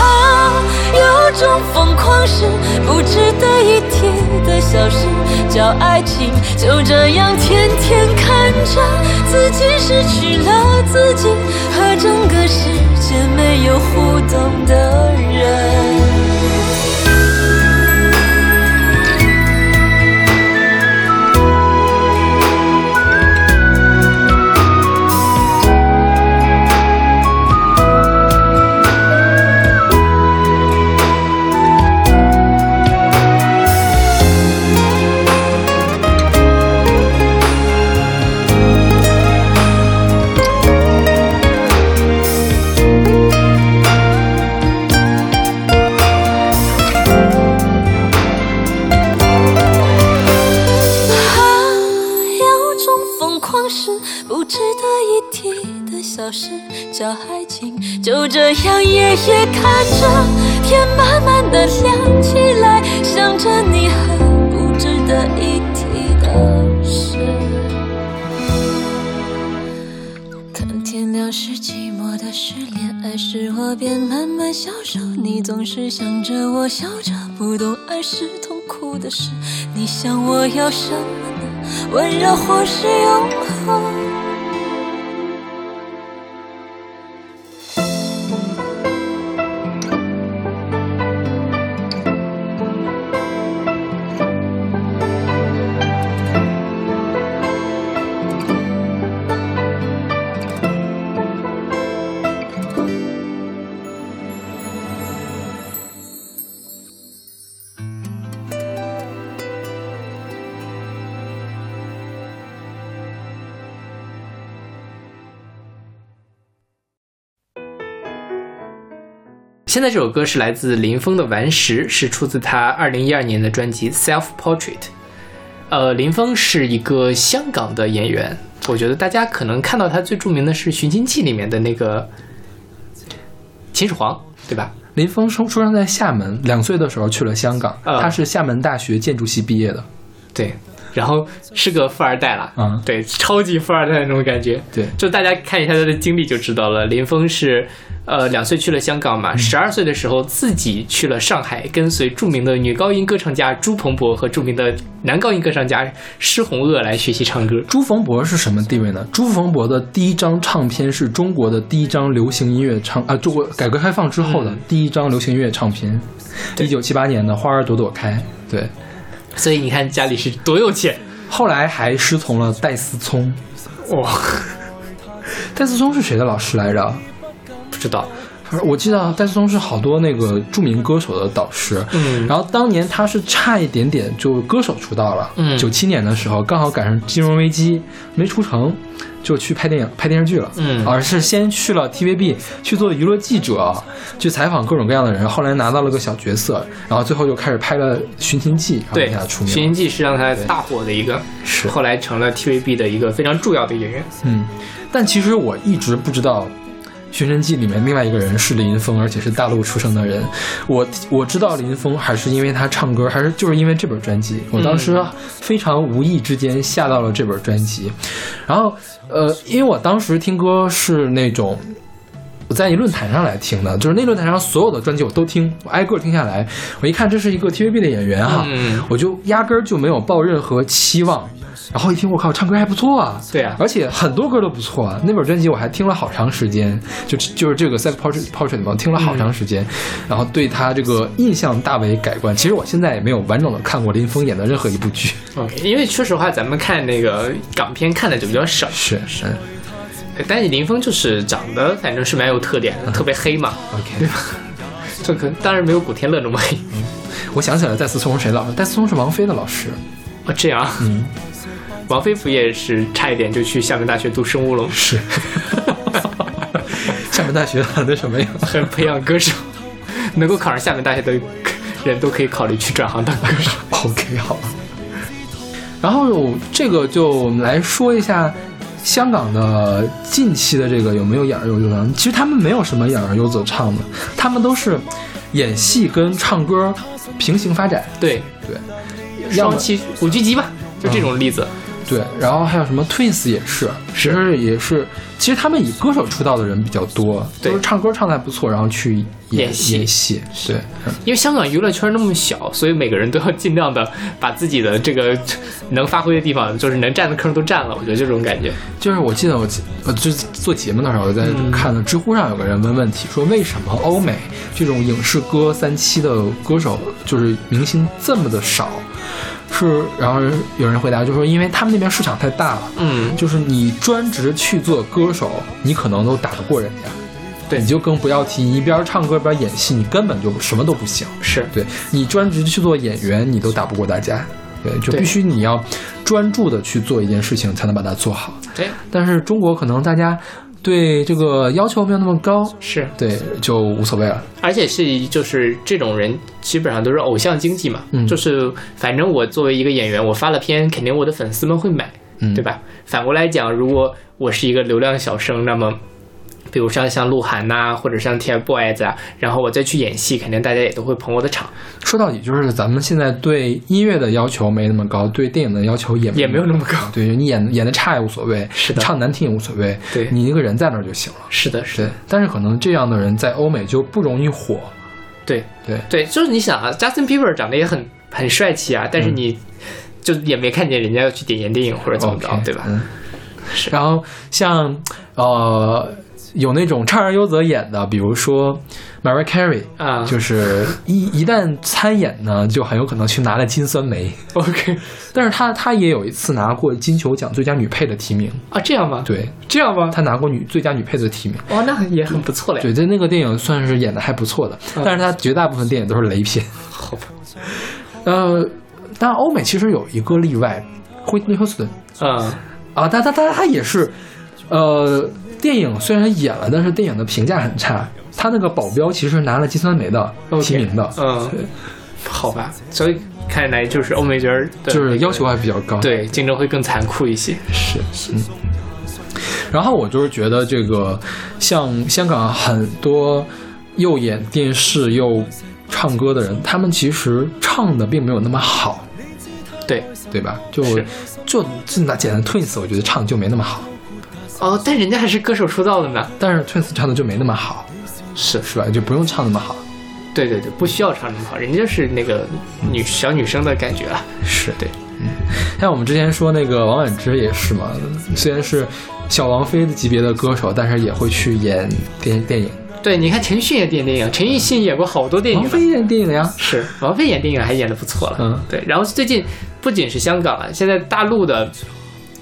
啊！有种疯狂是不值得一提的小事，叫爱情。就这样天天看着自己失去了自己，和整个世界没有互动的人。啊，有种疯狂是不值得一提的小事，叫爱情。就这样夜夜看着天慢慢的亮起来，想着你还不值得一提的事。看天亮是寂寞的事，恋爱时我便慢慢消瘦。你总是想着我笑着，不懂爱是痛苦的事。你想我要什么呢？温柔或是永恒？现在这首歌是来自林峰的《顽石》，是出自他二零一二年的专辑《Self Portrait》。呃，林峰是一个香港的演员，我觉得大家可能看到他最著名的是《寻亲记》里面的那个秦始皇，对吧？林峰出出生在厦门，两岁的时候去了香港，嗯他是厦门大学建筑系毕业的。对，然后是个富二代啦，嗯对，超级富二代那种感觉。对就大家看一下他的经历就知道了。林峰是，呃，两岁去了香港嘛，嗯十二岁的时候自己去了上海，跟随著名的女高音歌唱家朱鹏博和著名的男高音歌唱家施宏鄂来学习唱歌。朱逢博是什么地位呢？朱逢博的第一张唱片是中国的第一张流行音乐唱啊，中国改革开放之后的嗯第一张流行音乐唱片，一九七八年的《花儿朵朵开》。对，所以你看家里是多有钱后来还师从了戴思聪。哇、 戴思聪是谁的老师来着？不知道。我记得戴思聪是好多那个著名歌手的导师，嗯然后当年他是差一点点就歌手出道了，嗯九七年的时候刚好赶上金融危机没出成，就去拍电影拍电视剧了，嗯而是先去了 TVB 去做娱乐记者，去采访各种各样的人，后来拿到了个小角色，然后最后就开始拍了《寻秦记》，然后对一下出， 《名了，寻秦记》是让他大火的一个，是后来成了 TVB 的一个非常重要的演员。嗯，但其实我一直不知道《寻神记》里面另外一个人是林峰，而且是大陆出生的人。我我知道林峰，还是因为他唱歌，还是就是因为这本专辑。我当时非常无意之间下到了这本专辑，然后呃，因为我当时听歌是那种。我在一论坛上来听的，就是那论坛上所有的专辑我都听，我挨个听下来。我一看这是一个 TVB 的演员哈、嗯我就压根儿就没有抱任何期望。然后一听，我靠，唱歌还不错啊！对啊而且很多歌都不错啊。那本专辑我还听了好长时间，就就是这个《Self Portrait Portrait》嘛，听了好长时嗯间，然后对他这个印象大为改观。其实我现在也没有完整的看过林峰演的任何一部剧。 OK，因为说实话，咱们看那个港片看的就比较少，是是但是林峰就是长得反正是蛮有特点的，特别黑嘛， ，OK。这可当然没有古天乐那么黑。嗯我想起来，戴思聪是谁老师？戴思聪是王菲的老师。 哦，这样，嗯，王菲不也是差一点就去厦门大学读生物了吗？ 是。厦门大学的那什么呀？很培养歌手，能够考上厦门大学的人都可以考虑去转行当歌手。 OK，好吧。然后这个就我们来说一下香港的近期的这个有没有演而优则唱？其实他们没有什么演而优则唱的，他们都是演戏跟唱歌平行发展。对，对要么双栖古巨基吧，就这种例子。嗯对，然后还有什么 Twins 也是，其实也是，其实他们以歌手出道的人比较多，对都是唱歌唱的还不错，然后去演演戏演戏。对，嗯因为香港娱乐圈那么小，所以每个人都要尽量的把自己的这个能发挥的地方，就是能占的坑都占了。我觉得这种感觉，就是我记得我记呃，就是做节目的时候，我在嗯看的知乎上有个人问问题，说为什么欧美这种影视歌三期的歌手就是明星这么的少？是，然后有人回答就说，因为他们那边市场太大了，嗯，就是你专职去做歌手，你可能都打得过人家，对你就更不要提你一边唱歌一边演戏，你根本就什么都不行。是对你专职去做演员，你都打不过大家，对，就对必须你要专注的去做一件事情，才能把它做好。对，但是中国可能大家对这个要求没有那么高，是，对，就无所谓了。而且是就是这种人基本上都是偶像经济嘛，嗯就是反正我作为一个演员，我发了片，肯定我的粉丝们会买，嗯对吧？反过来讲，如果我是一个流量小生，那么。比如像像鹿晗呐、或者像 TFBOYS 啊，然后我再去演戏，肯定大家也都会捧我的场，说到底，就是咱们现在对音乐的要求没那么高，对电影的要求也也没有那么高。对你演演的差也无所谓，是的唱难听也无所谓，对你那个人在那儿就行了。是的，是对的，，但是可能这样的人在欧美就不容易火。对，对，对，就是你想啊，Justin Bieber 长得也很很帅气啊，嗯但是你、就也没看见人家要去点演电影或者怎么着 OK，对吧？嗯是 然后像呃，有那种怅然优则演的，比如说 Mariah Carey 啊就是一一旦参演呢，就很有可能去拿了金酸梅。 OK 但是她她也有一次拿过金球奖最佳女配的提名，啊，这样吗？，对这样吗？她拿过女最佳女配的提名。哇，那也很不错嘞。啊对，在那个电影算是演的还不错的，但是她绝大部分电影都是雷片。好吧，呃，但欧美其实有一个例外，Whitney Houston。嗯，啊，但但但他也是，呃，电影虽然演了，但是电影的评价很差。他那个保镖其实拿了金酸梅的 OK，提名的，嗯对，好吧，所以看来就是欧美角儿的就是要求还比较高。，对竞争会更残酷一些。是，嗯。然后我就是觉得这个，像香港很多又演电视又唱歌的人，他们其实唱的并没有那么好，对，对吧？就是就就拿简单 Twins，我觉得唱就没那么好，哦，但人家还是歌手出道的呢。但是 Twins 唱的就没那么好，是，是吧？就不用唱那么好。对对对，不需要唱那么好，人家就是那个嗯女小女生的感觉啊了。是对，嗯，像我们之前说那个王菀之也是嘛，虽然是小王妃的级别的歌手，但是也会去演电电影。对，你看陈奕迅也演电影，陈奕迅演过好多电影王呢。菲演电影呀，是王菲演电影还演的不错了，嗯对。然后最近不仅是香港了，现在大陆的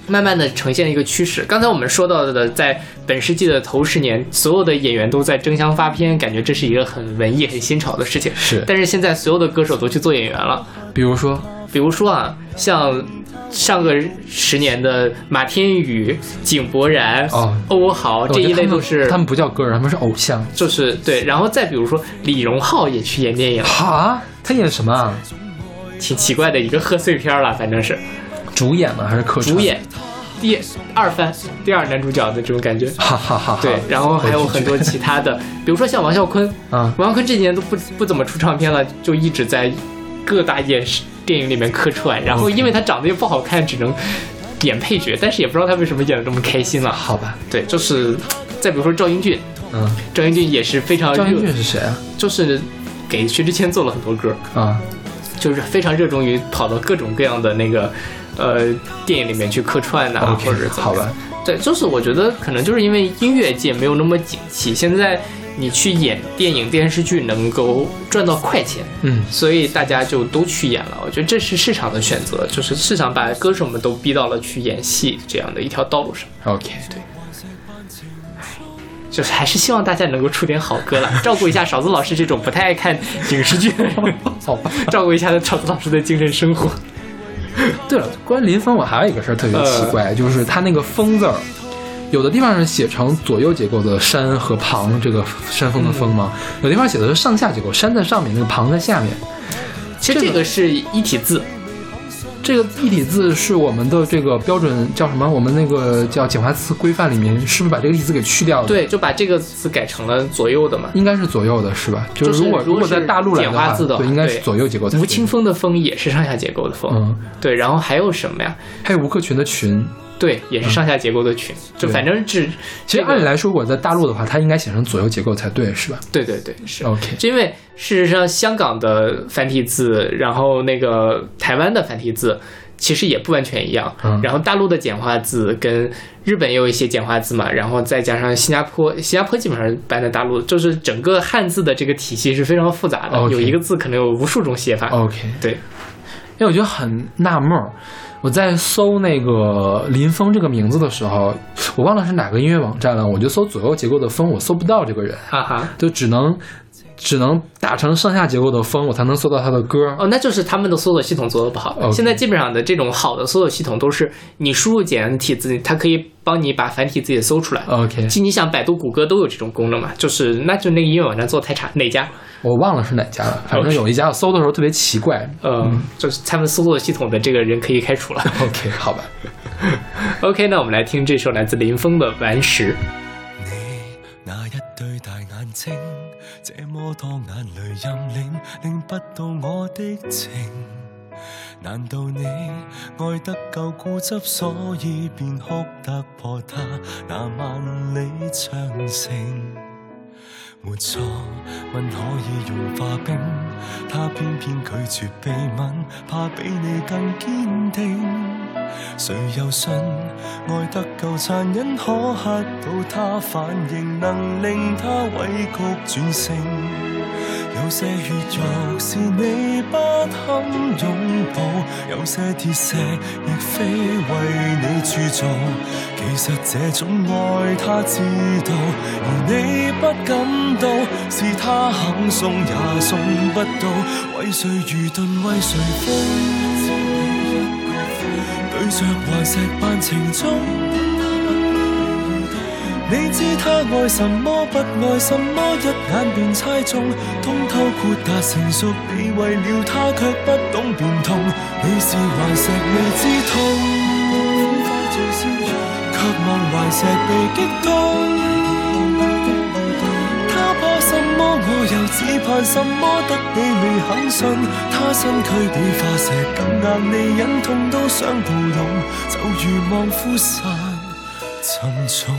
慢慢的呈现一个趋势。刚才我们说到的，在本世纪的头十年，所有的演员都在争相发片，感觉这是一个很文艺、很新潮的事情。是但是现在所有的歌手都去做演员了，比如说，比如说啊，像上个十年的马天宇、井柏然、哦欧豪这我觉一类得他们都是他们不叫歌手，他们是偶像。就是对，然后再比如说李荣浩也去演电影，哈，他演什么啊？挺奇怪的一个贺岁片儿了，反正是主演吗？还是客串？主。演第二番第二男主角的这种感觉。哈哈哈哈。对，然后还有很多其他的，比如说像王啸坤，啊王啸坤这几年都不不怎么出唱片了，就一直在各大电视电影里面客串，然后因为他长得又不好看，只能演配角，但是也不知道他为什么演的这么开心了。好吧，对，就是再比如说赵英俊，嗯，赵英俊也是非常张热英，俊是谁啊？就是给薛之谦做了很多歌，啊，就是非常热衷于跑到各种各样的那个呃电影里面去客串呐、 OK，或者怎么好吧，对，就是我觉得可能就是因为音乐界没有那么景气，现在你去演电影电视剧能够赚到快钱，嗯，所以大家就都去演了。我觉得这是市场的选择，就是市场把歌手们都逼到了去演戏这样的一条道路上。 OK，对，就是还是希望大家能够出点好歌了，照顾一下勺子老师这种不太爱看影视剧的人， 好吧。照顾一下勺子老师的精神生活。对了，关于林峰，我还有一个事儿特呃别奇怪，就是他那个“峰”字儿，有的地方是写成左右结构的“山”和“旁”这个山峰的“峰”嘛，嗯有地方写的是上下结构，山在上面，那个旁在下面。其实这这个个是一体字，这个一体字是我们的这个标准叫什么？我们那个叫简化词规范里面是不是把这个一体字给去掉 了？，对，就把这个词改成了左右的嘛。应该是左右的是吧？就就是如果如果果在是大陆来简化字的对，话应该对是左右结构才对。吴青峰的峰也是上下结构的峰，嗯对，然后还有什么呀？还有吴克群的群，对，也是嗯上下结构的群，就对反正是其实按理来说，如果在大陆的话，它应该写成左右结构才对，是吧对对对是。 ？OK，就因为事实上，香港的繁体字，然后那个台湾的繁体字，其实也不完全一样。嗯然后大陆的简化字跟日本也有一些简化字嘛，然后再加上新加坡，新加坡基本上搬在大陆，就是整个汉字的这个体系是非常复杂的 OK 有一个字可能有无数种写法。 OK，对，因为我觉得很纳闷儿，我在搜那个林峰这个名字的时候，我忘了是哪个音乐网站了，我就搜左右结构的峰，我搜不到这个人，哈哈。就只能只能打成上下结构的峰，我才能搜到他的歌。哦哦，那就是他们的搜索系统做的不好。 OK 现在基本上的这种好的搜索系统都是你输入简体字，它可以帮你把繁体字也搜出来。 OK，其实你想，百度、谷歌都有这种功能嘛，就是那就那个音乐网站做的太差，哪家？我忘了是哪家了，反正 OK 有一家我搜的时候特别奇怪。嗯呃，就是他们搜索系统的这个人可以开除了。 OK，好吧， OK，那我们来听这首来自林峰的《顽石》。你那一对大眼睛，这么多眼泪任领，领不到我的情。难道你爱得够固执，所以便哭得破他那万里长城？没错，吻可以融化冰，他偏偏拒绝被吻，怕比你更坚定。谁又信愛得夠殘忍，可嚇到他反應，能令他委曲轉性？有些血肉是你不堪擁抱，有些鐵石亦非為你鑄造。其實這種愛他知道，而你不感到，是他肯送也送不到。為誰愚鈍，為誰瘋？對着頑石扮情中。你知他愛什麼不愛什麼，一眼便猜中。通透豁達成熟，你為了他卻不懂變通。你是頑石未知痛，卻望頑石被擊中。他怕什麼，我又只盼什麼，得你未肯信。他身軀比化石更硬，你忍痛都想抱擁，就如望夫山沉重。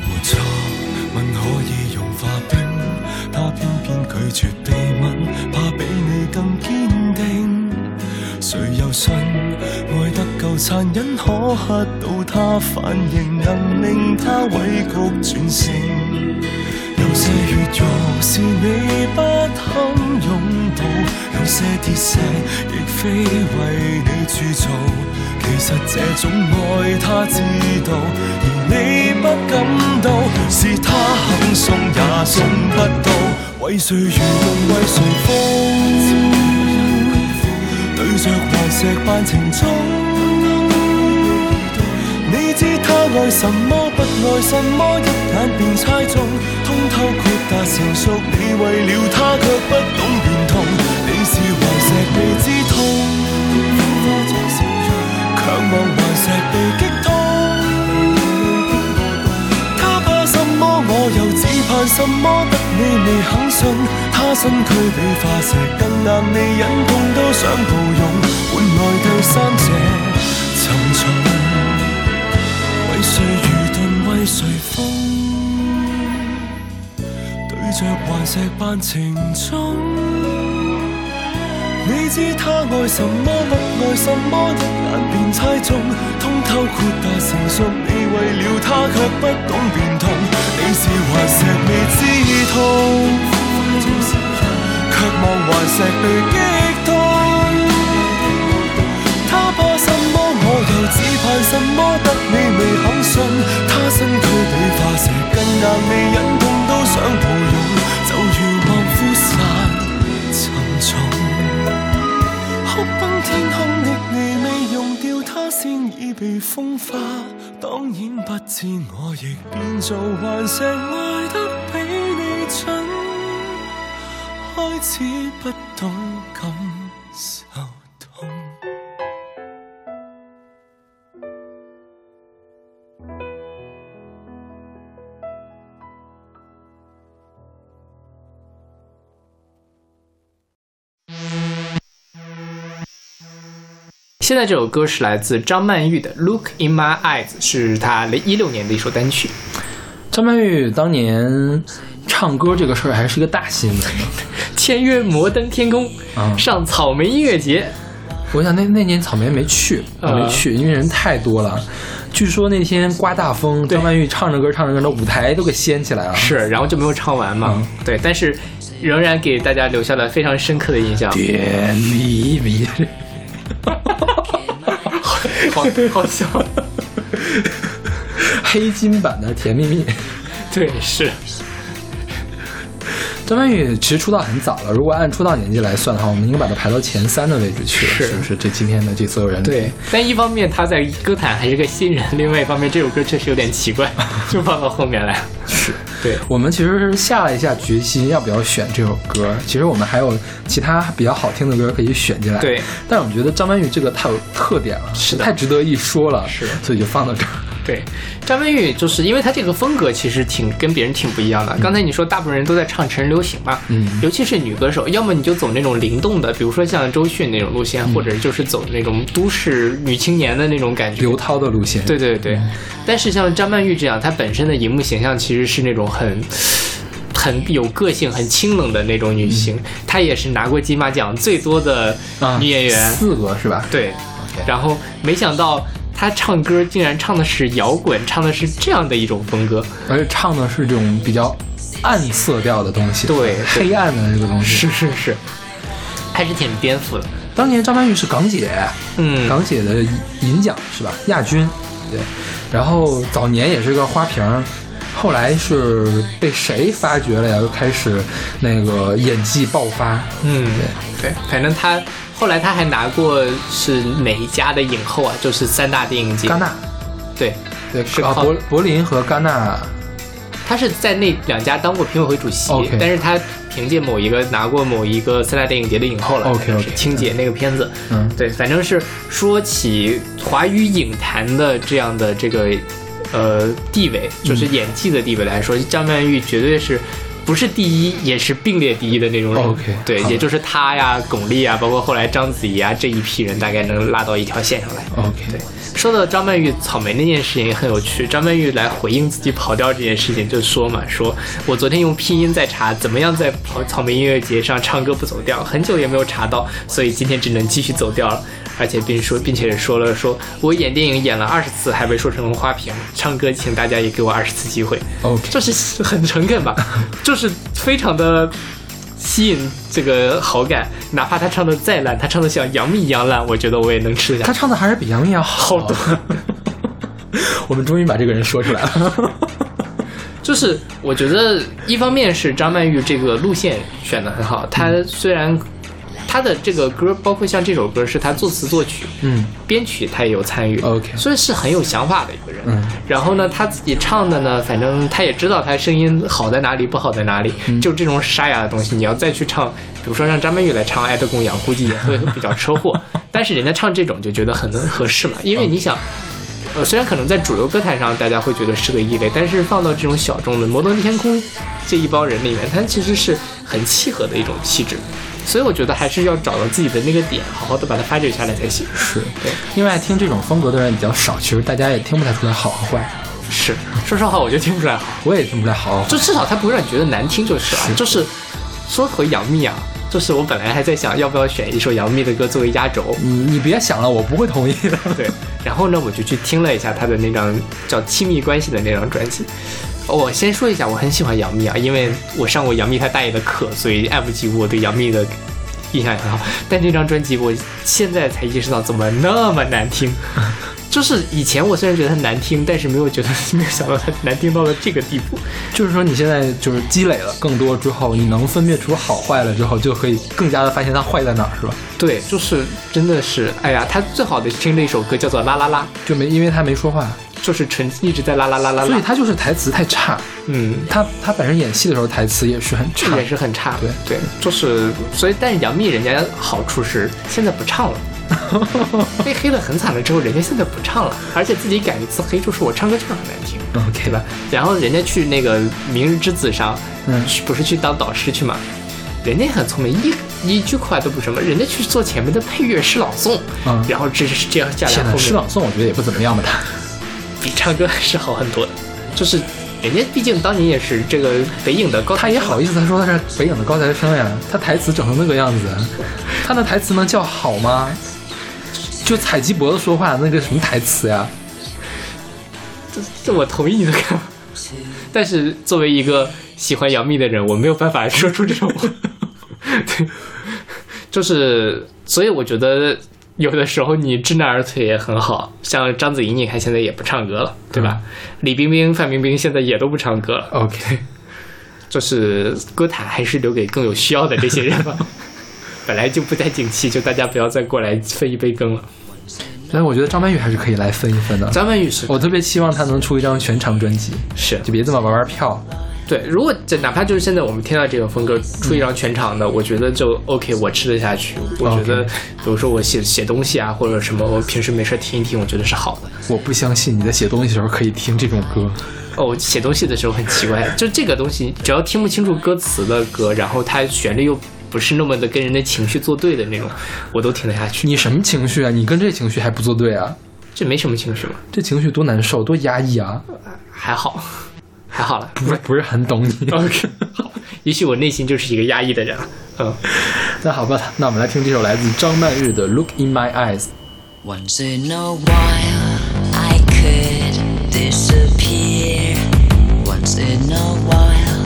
沒錯，吻可以融化冰，他偏偏拒絕被吻，怕比你更堅定。誰又信愛得夠殘忍，可嚇到他反應，能令他委曲轉性？有有些血肉是你不堪擁抱，有些鐵石亦非為你鑄造。其實這種愛他知道，而你不感到，是他肯送也送不到。為誰愚弄為誰瘋，對着黃石扮情種。你知他愛什麼，不愛什麼，一眼便猜中。通透豁達成熟，你為了他卻不懂變通。你是頑石被刺痛，強望頑石被擊痛。他怕什麼，我又只盼什麼，得你未肯信。他身軀比化石更硬，你忍痛都想抱擁，換來第三者沉重。為誰愚鈍，為誰瘋？對着頑石扮情種。你知他愛什麼，不愛什麼，一眼便猜中。通透豁達成熟，你為了他卻不懂變通。你是頑石未知痛，卻望頑石被擊痛。他怕什麼，我又只盼什麼，得你未肯信。他身軀比化石更硬，你忍痛都想抱擁，就如望夫山沉重。哭崩天空的你未用掉，它先已被風化。當然不知我亦變做頑石，愛得比你準，開始不懂感受痛。现在这首歌是来自张曼玉的《Look in My Eyes》，是她一六年的一首单曲。张曼玉当年唱歌这个事儿还是一个大新闻呢。 签约摩登天空，嗯上草莓音乐节，我想那那年草莓没去，我没呃去，因为人太多了。据说那天刮大风，张曼玉唱着歌唱着歌，那舞台都给掀起来了。是，然后就没有唱完嗯嘛。对，但是仍然给大家留下了非常深刻的印象。点离别，好好笑，黑金版的《甜蜜蜜》。对，是张曼玉其实出道很早了，如果按出道年纪来算的话，我们应该把她排到前三的位置去了，是是不是？这今天的这所有人里对。但一方面她在歌坛还是个新人，另外一方面这首歌确实有点奇 怪，就放到后面来。是。对，我们其实是下了一下决心，要不要选这首歌。其实我们还有其他比较好听的歌可以选进来。对，但是我们觉得张曼玉这个太有特点了，是的太值得一说了，是所以就放到这儿。对，张曼玉就是因为她这个风格其实挺跟别人挺不一样的。刚才你说大部分人都在唱成人流行嘛，嗯尤其是女歌手，要么你就走那种灵动的，比如说像周迅那种路线，嗯或者就是走那种都市女青年的那种感觉。刘涛的路线，嗯对，对对，但是像张曼玉这样，她本身的荧幕形象其实是那种很。很有个性、很清冷的那种女星，她也是拿过金马奖最多的嗯啊，女演员，四个是吧？对，然后没想到他唱歌竟然唱的是摇滚，唱的是这样的一种风格。而且哎唱的是这种比较暗色调的东西，对对黑暗的这个东西。是是是，还是挺颠覆的。当年张曼玉是港姐，嗯，港姐的银奖是吧？亚军，对。然后早年也是个花瓶儿，后来是被谁发掘了呀？又开始那个演技爆发。嗯，对，反正他后来他还拿过是哪一家的影后啊？就是三大电影节，戛纳，对，对，是啊，靠柏柏林和戛纳，他是在那两家当过评委会主席 OK 但是他凭借某一个拿过某一个三大电影节的影后了好 OK，OK 像是青姐那个片子，嗯对，反正是说起华语影坛的这样的这个呃地位，就是演技的地位来说，张曼玉绝对是。不是第一，也是并列第一的那种人。 OK，对，好也就是她呀、巩俐啊，包括后来章子怡啊这一批人，大概能拉到一条线上来。 OK 对，说到张曼玉草莓那件事情也很有趣，张曼玉来回应自己跑调这件事情，就说嘛，说我昨天用拼音在查怎么样在跑草莓音乐节上唱歌不走调，很久也没有查到，所以今天只能继续走调了。而且并说，并且说了说，我演电影演了二十次还被说成花瓶，唱歌请大家也给我二十次机会， OK，就是很诚恳吧， 就是非常的吸引这个好感，哪怕他唱的再烂，他唱的像杨幂一样烂，我觉得我也能吃得他下。唱的还是比杨幂要好好多。 我们终于把这个人说出 来了。就是我觉得一方面是张曼玉这个路线选的很好，她虽然她的这个歌，包括像这首歌是她作词作曲，嗯，编曲她也有参与 OK 所以是很有想法的一个人。嗯然后呢，她自己唱的呢，反正她也知道她声音好在哪里，不好在哪里。就这种沙哑的东西，你要再去唱，比如说让张曼玉来唱《爱的供养》，估计也会比较车祸。但是人家唱这种就觉得很合适嘛，因为你想。呃，虽然可能在主流歌坛上大家会觉得是个异类，但是放到这种小众的摩登天空这一帮人里面，它其实是很契合的一种气质。所以我觉得还是要找到自己的那个点，好好的把它发掘下来才行。是对，另外听这种风格的人比较少，其实大家也听不太出来好和坏，是，说实话，我就听不出来好，我也听不出来好和坏。就至少它不会让你觉得难听就是了。就是说回杨幂啊，就是我本来还在想要不要选一首杨幂的歌作为压轴，你你别想了，我不会同意的。对， 然后呢，我就去听了一下他的那张叫《亲密关系》的那张专辑。哦我先说一下，我很喜欢杨幂啊，因为我上过杨幂她大爷的课，所以爱屋及乌，我对杨幂的印象也很好。但这张专辑，我现在才意识到怎么那么难 听。就是以前我虽然觉得它难听，但是没有觉得没有想到它难听到了这个地步。就是说你现在就是积累了更多之后，你能分辨出好坏了之后，就可以更加的发现它坏在哪儿，是吧？对，就是真的是，哎呀，他最好的听这首歌叫做《啦啦啦就没因为他没说话，》，就是纯一直在啦啦啦啦所以啦，他就是台词太差。嗯，他他本人演戏的时候台词也是很差也。是很差。对对，就是所以，但是杨幂人家好处是现在不唱了，被黑的很惨了之后，人家现在不唱了，而且自己改了一次黑，就是我唱歌就是很难听， OK 对吧？？然后人家去那个《明日之子》上，嗯去不是去当导师去嘛？人家也很聪明，一一句话都不什么，人家去做前面的配乐诗朗诵，嗯然后这是这样下来天后呐，面诗朗诵我觉得也不怎么样吧，他。比唱歌还是好很多的，就是人家毕竟当年也是这个北影的高，他也好意思，他说他是北影的高材生呀，他台词整成那个样子，啊他那台词能叫好吗？就采集脖子说话那个什么台词呀？这我同意你的看法，但是作为一个喜欢杨幂的人，我没有办法说出这种话。对，就是，所以我觉得有的时候你知难而退也很好。像章子怡，你看现在也不唱歌了，对吧？李冰冰、范冰冰现在也都不唱歌了， OK，就是歌坛还是留给更有需要的这些人 吧。本来就不太景气，就大家不要再过来分一杯羹了。所以我觉得张曼玉还是可以来分一分的。张曼玉是我特别期望她能出一张全长专辑，是就别这么玩玩票。对，如果这哪怕就是现在我们听到这个风格出一张全场的，我觉得就 OK，我吃得下去。我觉得，比如说我写写东西啊，或者什么，我平时没事听一听，我觉得是好的。我不相信你在写东西的时候可以听这种歌。哦，我写东西的时候很奇怪，就这个东西，只要听不清楚歌词的歌，然后它旋律又不是那么的跟人的情绪作对的那种，我都听得下去。你什么情绪啊？你跟这情绪还不作对啊？这没什么情绪嘛，这情绪多难受，多压抑啊！还好，还好了。不是不是 很懂你。 OK，好，也许我内心就是一个压抑的人了。嗯。那好吧，那我们来听这首来自张曼玉的《Look in My Eyes》。 Once in a while, I could disappear. Once in a while,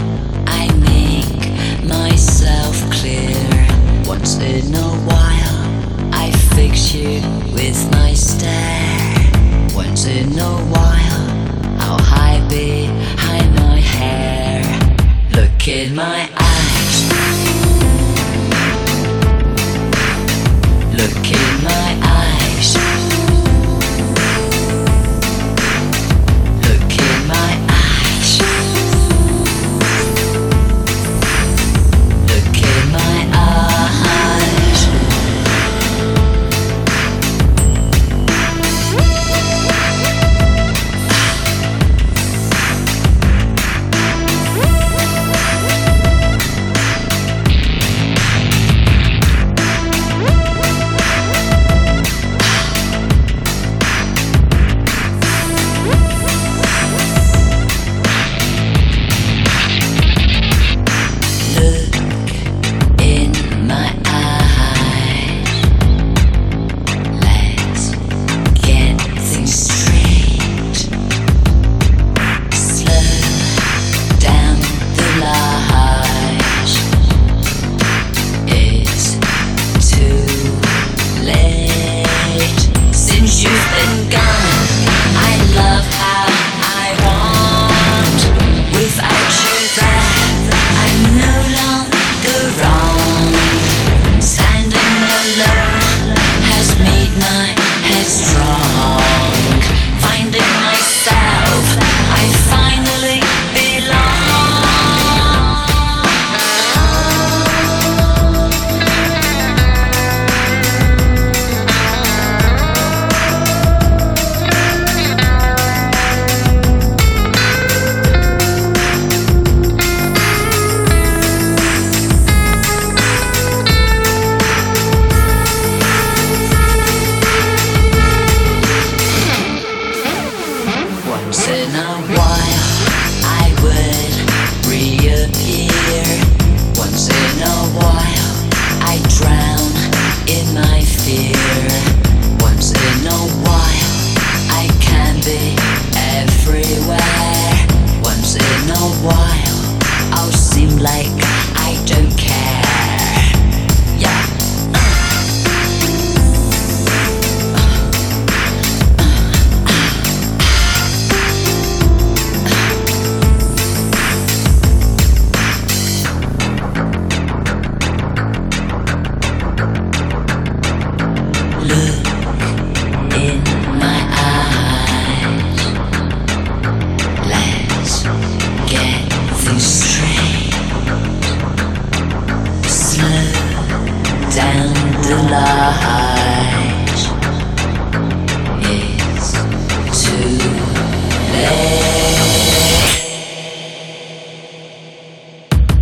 I make myself clear. Once in a while, I fix you with my stare. Once in a while, I'll hide behind my hair. Look in my eyes. Look in my eyes. Look in my eyes. Look in my eyes.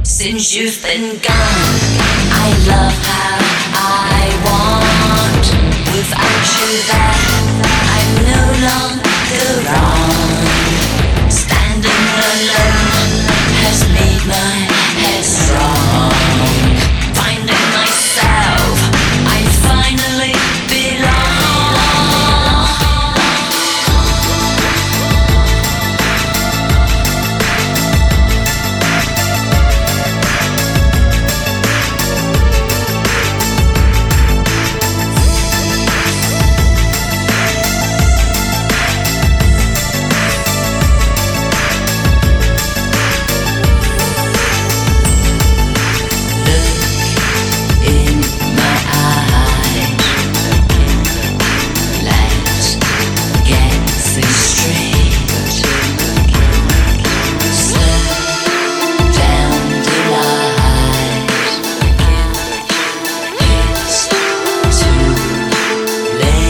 since you've been gone. I love how I want. Without you there, I'm no longer wrong. Standing alone has made my head strong. Finding myself, I finally belong. in my eyes. Let's get this straight. Slow down the lies. It's too late.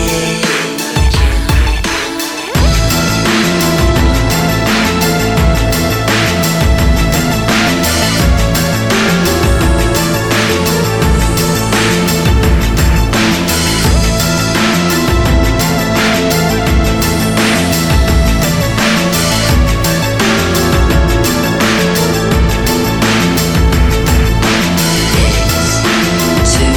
It's too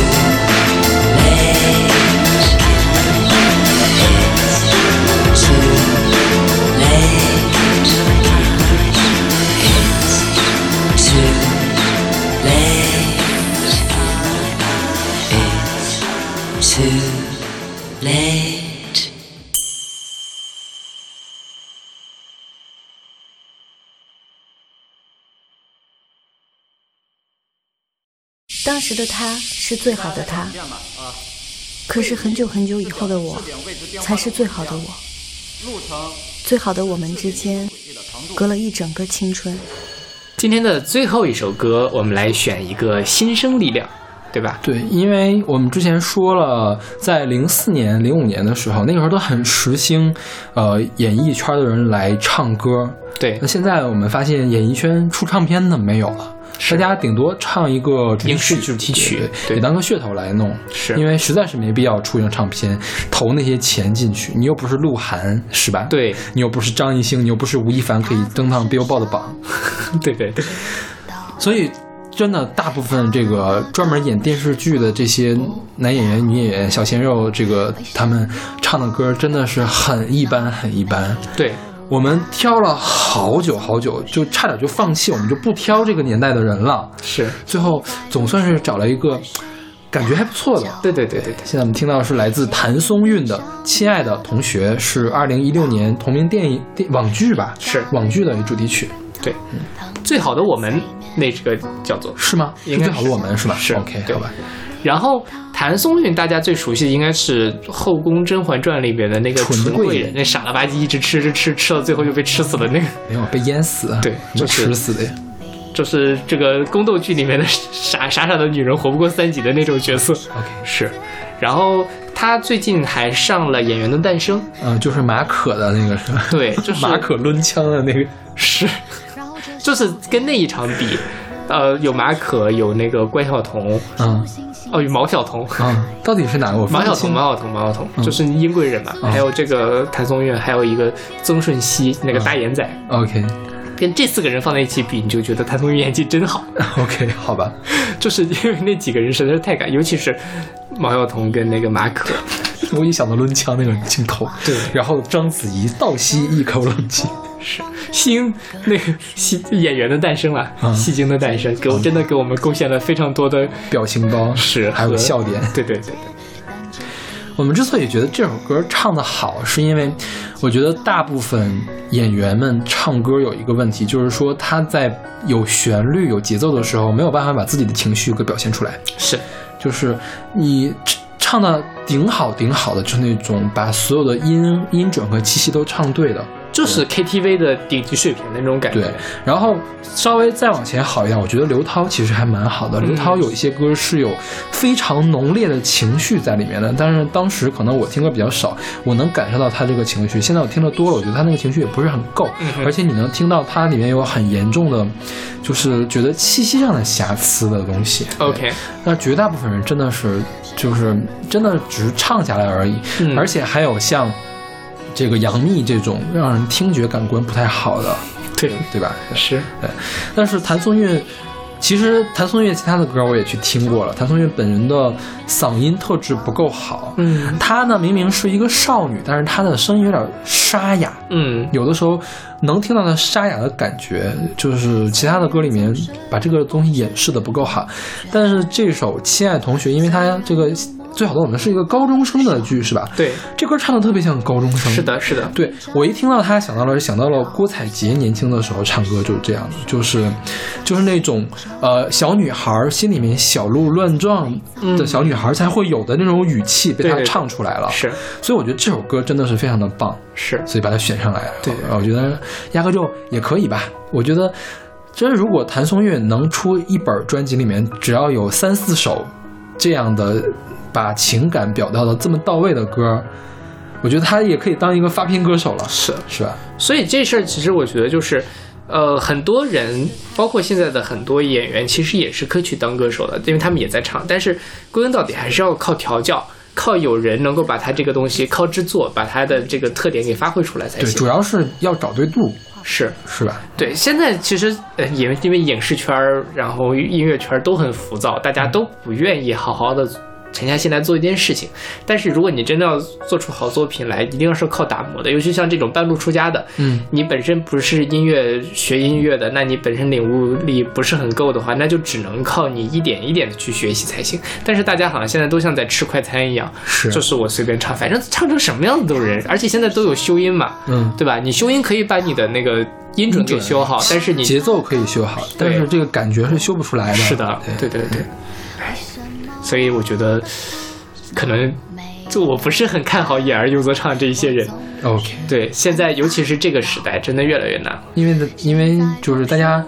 late. 当时的他是最好的他，可是很久很久以后的我，才是最好的我。最好的我们之间，隔了一整个青春。今天的最后一首歌，我们来选一个新生力量，对吧？对，因为我们之前说了，在零四年、零五年的时候，那个时候都很时兴，呃，演艺圈的人来唱歌。对那，现在我们发现，演艺圈出唱片的没有了。大家顶多唱一个主题影视曲，主题曲对对也当个噱头来弄，是因为实在是没必要出一张唱片，投那些钱进去。你又不是鹿晗，是吧？对，你又不是张艺兴，你又不是吴亦凡，可以登上 Billboard 的榜。 对对对，所以，真的，大部分这个专门演电视剧的这些男演员、女演员、小鲜肉，这个他们唱的歌真的是很一般，很一般。对，我们挑了好久好久，就差点就放弃，我们就不挑这个年代的人了。是，最后总算是找了一个感觉还不错的。对对对对对，现在我们听到的是来自谭松韵的《亲爱的同学》，是二零一六年同名电影电网剧吧？是网剧的主题曲，对，最好的我们那这个叫做是吗？应该最好的我们是吧？是 OK，对好吧。然后谭松韵，大家最熟悉的应该是《后宫甄嬛传》里面的那个纯纯贵贵人人，那傻了吧唧一直吃吃吃，吃到最后就被吃死了那个，没有被淹死，对就就是吃死的呀。就是这个宫斗剧里面的傻傻傻的女人活不过三集的那种角色。 OK，是，然后她最近还上了《演员的诞生》，嗯，就是马可的那个是吧？ 对，就是马可抡枪的那个，是，就是跟那一场比，呃，有马可，有那个关晓彤，嗯哦，有毛晓彤。啊，到底是哪个？我分马不晓清彤，马晓彤，马晓彤，就是殷贵人嘛，嗯还有这个谭松韵，还有一个曾舜晞，那个大眼仔， OK 跟这四个人放在一起比，你就觉得谭松韵演技真好， OK，好吧， 就是因为那几个人实在是太敢，尤其是毛晓彤跟那个马可，我一想到抡枪那个镜头，对然后章子怡倒吸一口冷气，是新 那个戏演员的诞生了，嗯戏精的诞生，给我真的给我们贡献了非常多的表情包是还有和笑点。对对对对，我们之所以觉得这首歌唱得好，是因为我觉得大部分演员们唱歌有一个问题，就是说他在有旋律、有节奏的时候，没有办法把自己的情绪给表现出来。是就是你唱唱的顶好顶好的，就是那种把所有的音音准和气息都唱对的，就是 KTV 的顶级水平的那种感对觉。，然后稍微再往前好一点，我觉得刘涛其实还蛮好嗯的。刘涛有一些歌是有非常浓烈的情绪在里面的，但是当时可能我听歌比较少，我能感受到他这个情绪。现在我听的多了，我觉得他那个情绪也不是很够，嗯而且你能听到它里面有很严重的，就是觉得气息上的瑕疵的东西。对 OK，那绝大部分人真的是就是真的只是唱下来而已，嗯而且还有像这个杨幂这种让人听觉感官不太好的，对，对吧？是，但是谭松韵，其实谭松韵其他的歌我也去听过了，谭松韵本人的嗓音特质不够好。嗯她呢明明是一个少女，但是她的声音有点沙哑，嗯，有的时候能听到她沙哑的感觉，就是其他的歌里面把这个东西掩饰的不够好。但是这首《亲爱同学》，因为它这个最好的我们是一个高中生的剧是吧？，对，这歌唱的特别像高中生。是的，是的，对我一听到他，想到了想到了郭采洁年轻的时候唱歌就是这样的，就是就是那种呃小女孩儿心里面小鹿乱撞的小女孩儿才会有的那种语气被嗯对他对对唱出来了，是所以我觉得这首歌真的是非常的棒，是，所以把它选上来。对我觉得压根就也可以吧。我觉得，真如果谭松韵能出一本专辑，里面只要有三四首这样的把情感表达的这么到位的歌，我觉得她也可以当一个发片歌手了，是。是吧？所以这事儿其实我觉得就是，呃，很多人，包括现在的很多演员，其实也是可以去当歌手的，因为他们也在唱。但是归根到底还是要靠调教，靠有人能够把他这个东西，靠制作把他的这个特点给发挥出来才对，主行。要是要找对度，是哎是吧？对，现在其实呃，因为因为影视圈儿，然后音乐圈儿都很浮躁，大家都不愿意好好的沉下心来做一件事情。但是如果你真的要做出好作品来，一定是靠打磨的。尤其像这种半路出家的，嗯，你本身不是音乐学音乐的，那你本身领悟力不是很够的话，那就只能靠你一点一点的去学习才行。但是大家好像现在都像在吃快餐一样，是就是我随便唱，反正唱成什么样子都有人，而且现在都有修音嘛，嗯，对吧？你修音可以把你的那个音准给修好，但是你节奏可以修好，对但是这个感觉是修不出来的。是的，对对对对，所以我觉得可能就我不是很看好演而优则唱这一些人。 ，OK。对，现在尤其是这个时代，真的越来越难。因为因为就是大家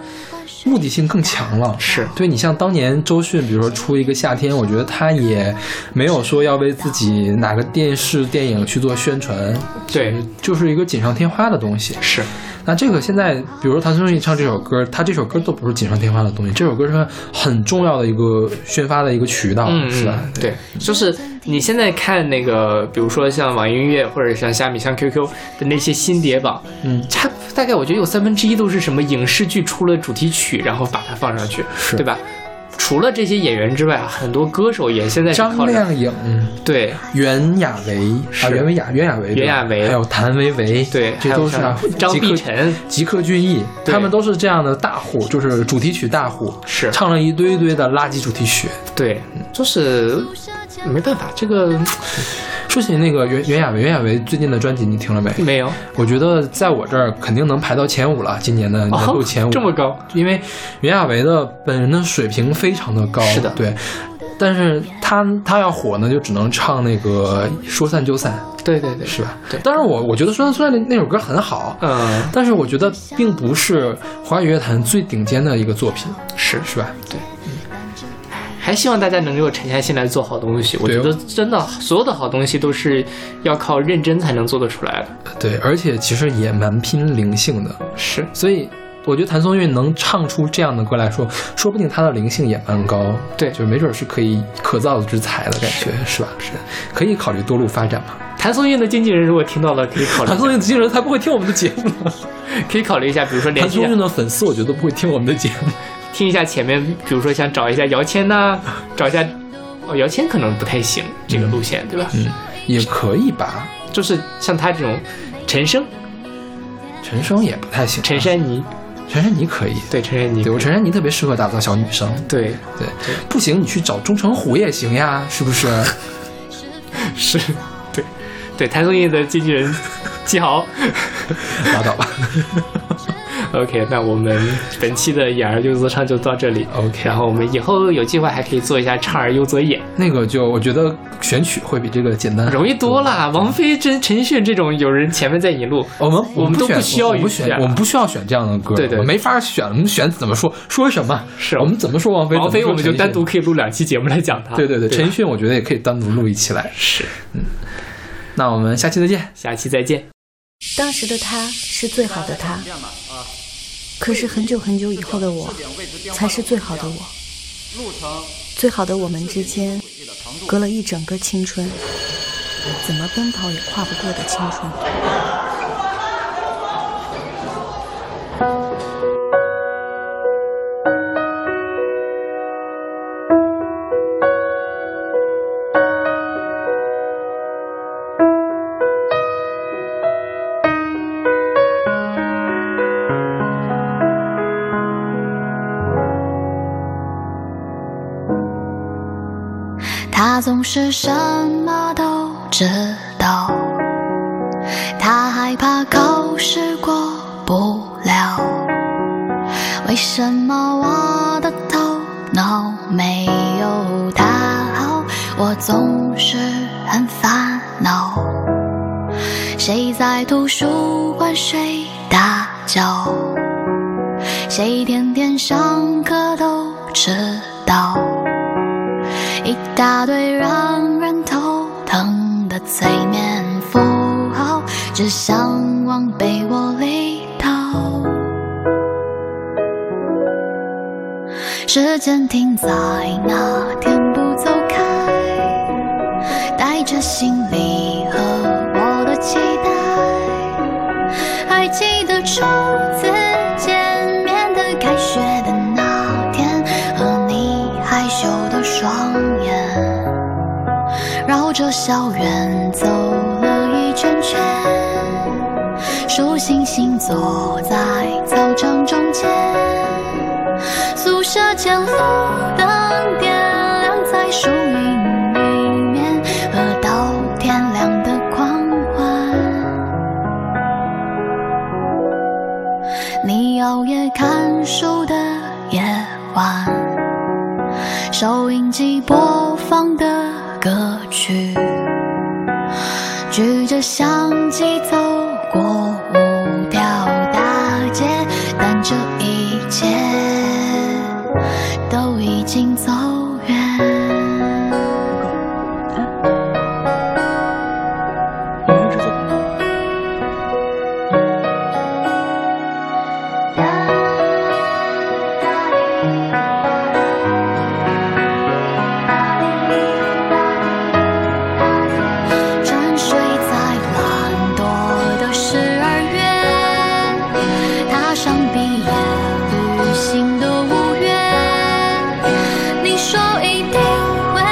目的性更强了。是对你像当年周迅，比如说出一个夏天，我觉得她也没有说要为自己哪个电视电影去做宣传，对，就是一个锦上添花的东西。是那这个现在，比如说谭松韵唱这首歌，她这首歌都不是锦上添花的东西，这首歌是很重要的一个宣发的一个渠道，嗯，啊是吧？嗯对，就是你现在看那个，比如说像网易音乐或者像虾米、像 QQ 的那些新碟榜，嗯，差不大概我觉得有三分之一都是什么影视剧出了主题曲，然后把它放上去，是对吧？除了这些演员之外，啊很多歌手也现在是靠张着靓颖、嗯对袁娅维是啊，袁维雅、袁娅维、袁娅维还有谭维维，对，这还有都是啊像张极客碧晨吉克隽逸，对他们都是这样的大户，就是主题曲大户，是唱了一堆一堆的垃圾主题曲。对，就是没办法，这个说起那个袁袁娅维，袁娅维最近的专辑你听了没？没有我觉得在我这儿肯定能排到前五了，今年的年度前五、哦这么高，因为袁娅维的本人的水平非常的高，是的对。但是她她要火呢，就只能唱那个说散就散，对对对，是吧？对当然我我觉得说散就散那那首歌很好，啊嗯，但是我觉得并不是华语乐坛最顶尖的一个作品，是是吧？还希望大家能够沉下心来做好东西。我对觉得真的，所有的好东西都是要靠认真才能做得出来的。对，而且其实也蛮拼灵性的，是，所以我觉得谭松韵能唱出这样的歌来说，说不定她的灵性也蛮高，对就没准是可以可造之材的感觉，是吧？是，可以考虑多路发展嘛。谭松韵的经纪人如果听到了，可以考虑谭一松下，韵的经纪人才不会听我们的节目呢， 可以考虑一下，比如说谭联系松一韵下的粉丝我觉得都不会听我们的节目，听一下前面，比如说想找一下姚谦呐、找一下哦，姚谦可能不太行这个路线，对吧？嗯，也可以吧。就是像他这种陈升、陈升也不太行啊，陈珊妮，陈珊妮可以，对陈珊妮对，我陈珊妮特别适合打造小女生，对对，不行你去找钟成虎也行呀，是不是？ 是，对 对，谭松韵的经纪人季豪。拉倒吧。 OK，那我们本期的演而优则唱就到这里。 OK 然后我们以后有计划还可以做一下唱而优则演，那个就我觉得选曲会比这个简单。嗯容易多了。王菲、陈陈奕迅这种有人前面在引路，我们我们都选不需要我们不语言选，我们不需要选这样的歌，对对我没法选，我们选怎么说说什么？是我们怎么说王菲？王菲怎我么们说就陈奕迅单独可以录两期节目来讲她。对对对，陈陈奕迅我觉得也可以单独录一期来。嗯是，那我们下期再见。下期再见。当时的他是最好的他，可是很久很久以后的我，才是最好的我。最好的我们之间，隔了一整个青春，怎么奔跑也跨不过的青春。他总是什么都知道，他害怕考试过不了。为什么我的头脑没有他好？我总是很烦恼，谁在图书馆睡大觉？谁天天上课都迟到？一大堆让人头疼的催眠符号，只想往被窝里逃。时间停在那天不走开，带着行李和我的期待，还记得初次见面的开学的那天，和你害羞的双眼，绕着校园走了一圈圈，数星星坐在操场中间，宿舍前路灯点亮在树林里面，和到天亮的狂欢。你熬夜看书的夜晚，收音机播放的歌曲，举着相机走过五条大街，但这一切都已经走远。沉睡在懒惰的十二月，踏上毕业旅行的五月。你说一定会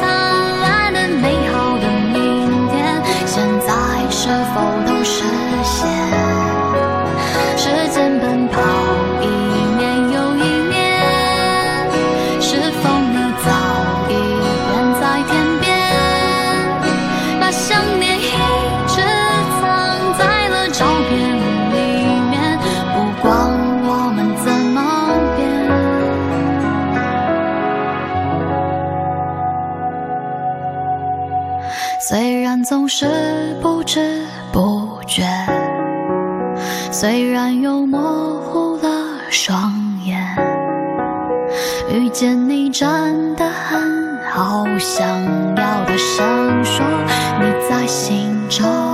灿烂的、美好的明天，现在是否都实现？时间奔跑一年又一年，是否你早已远在天边？把想念一直藏在了照片里面，不管我们怎么变。虽然总是不知不觉，虽然又模糊了双眼。遇见你真的很好，想要大声说你在心中。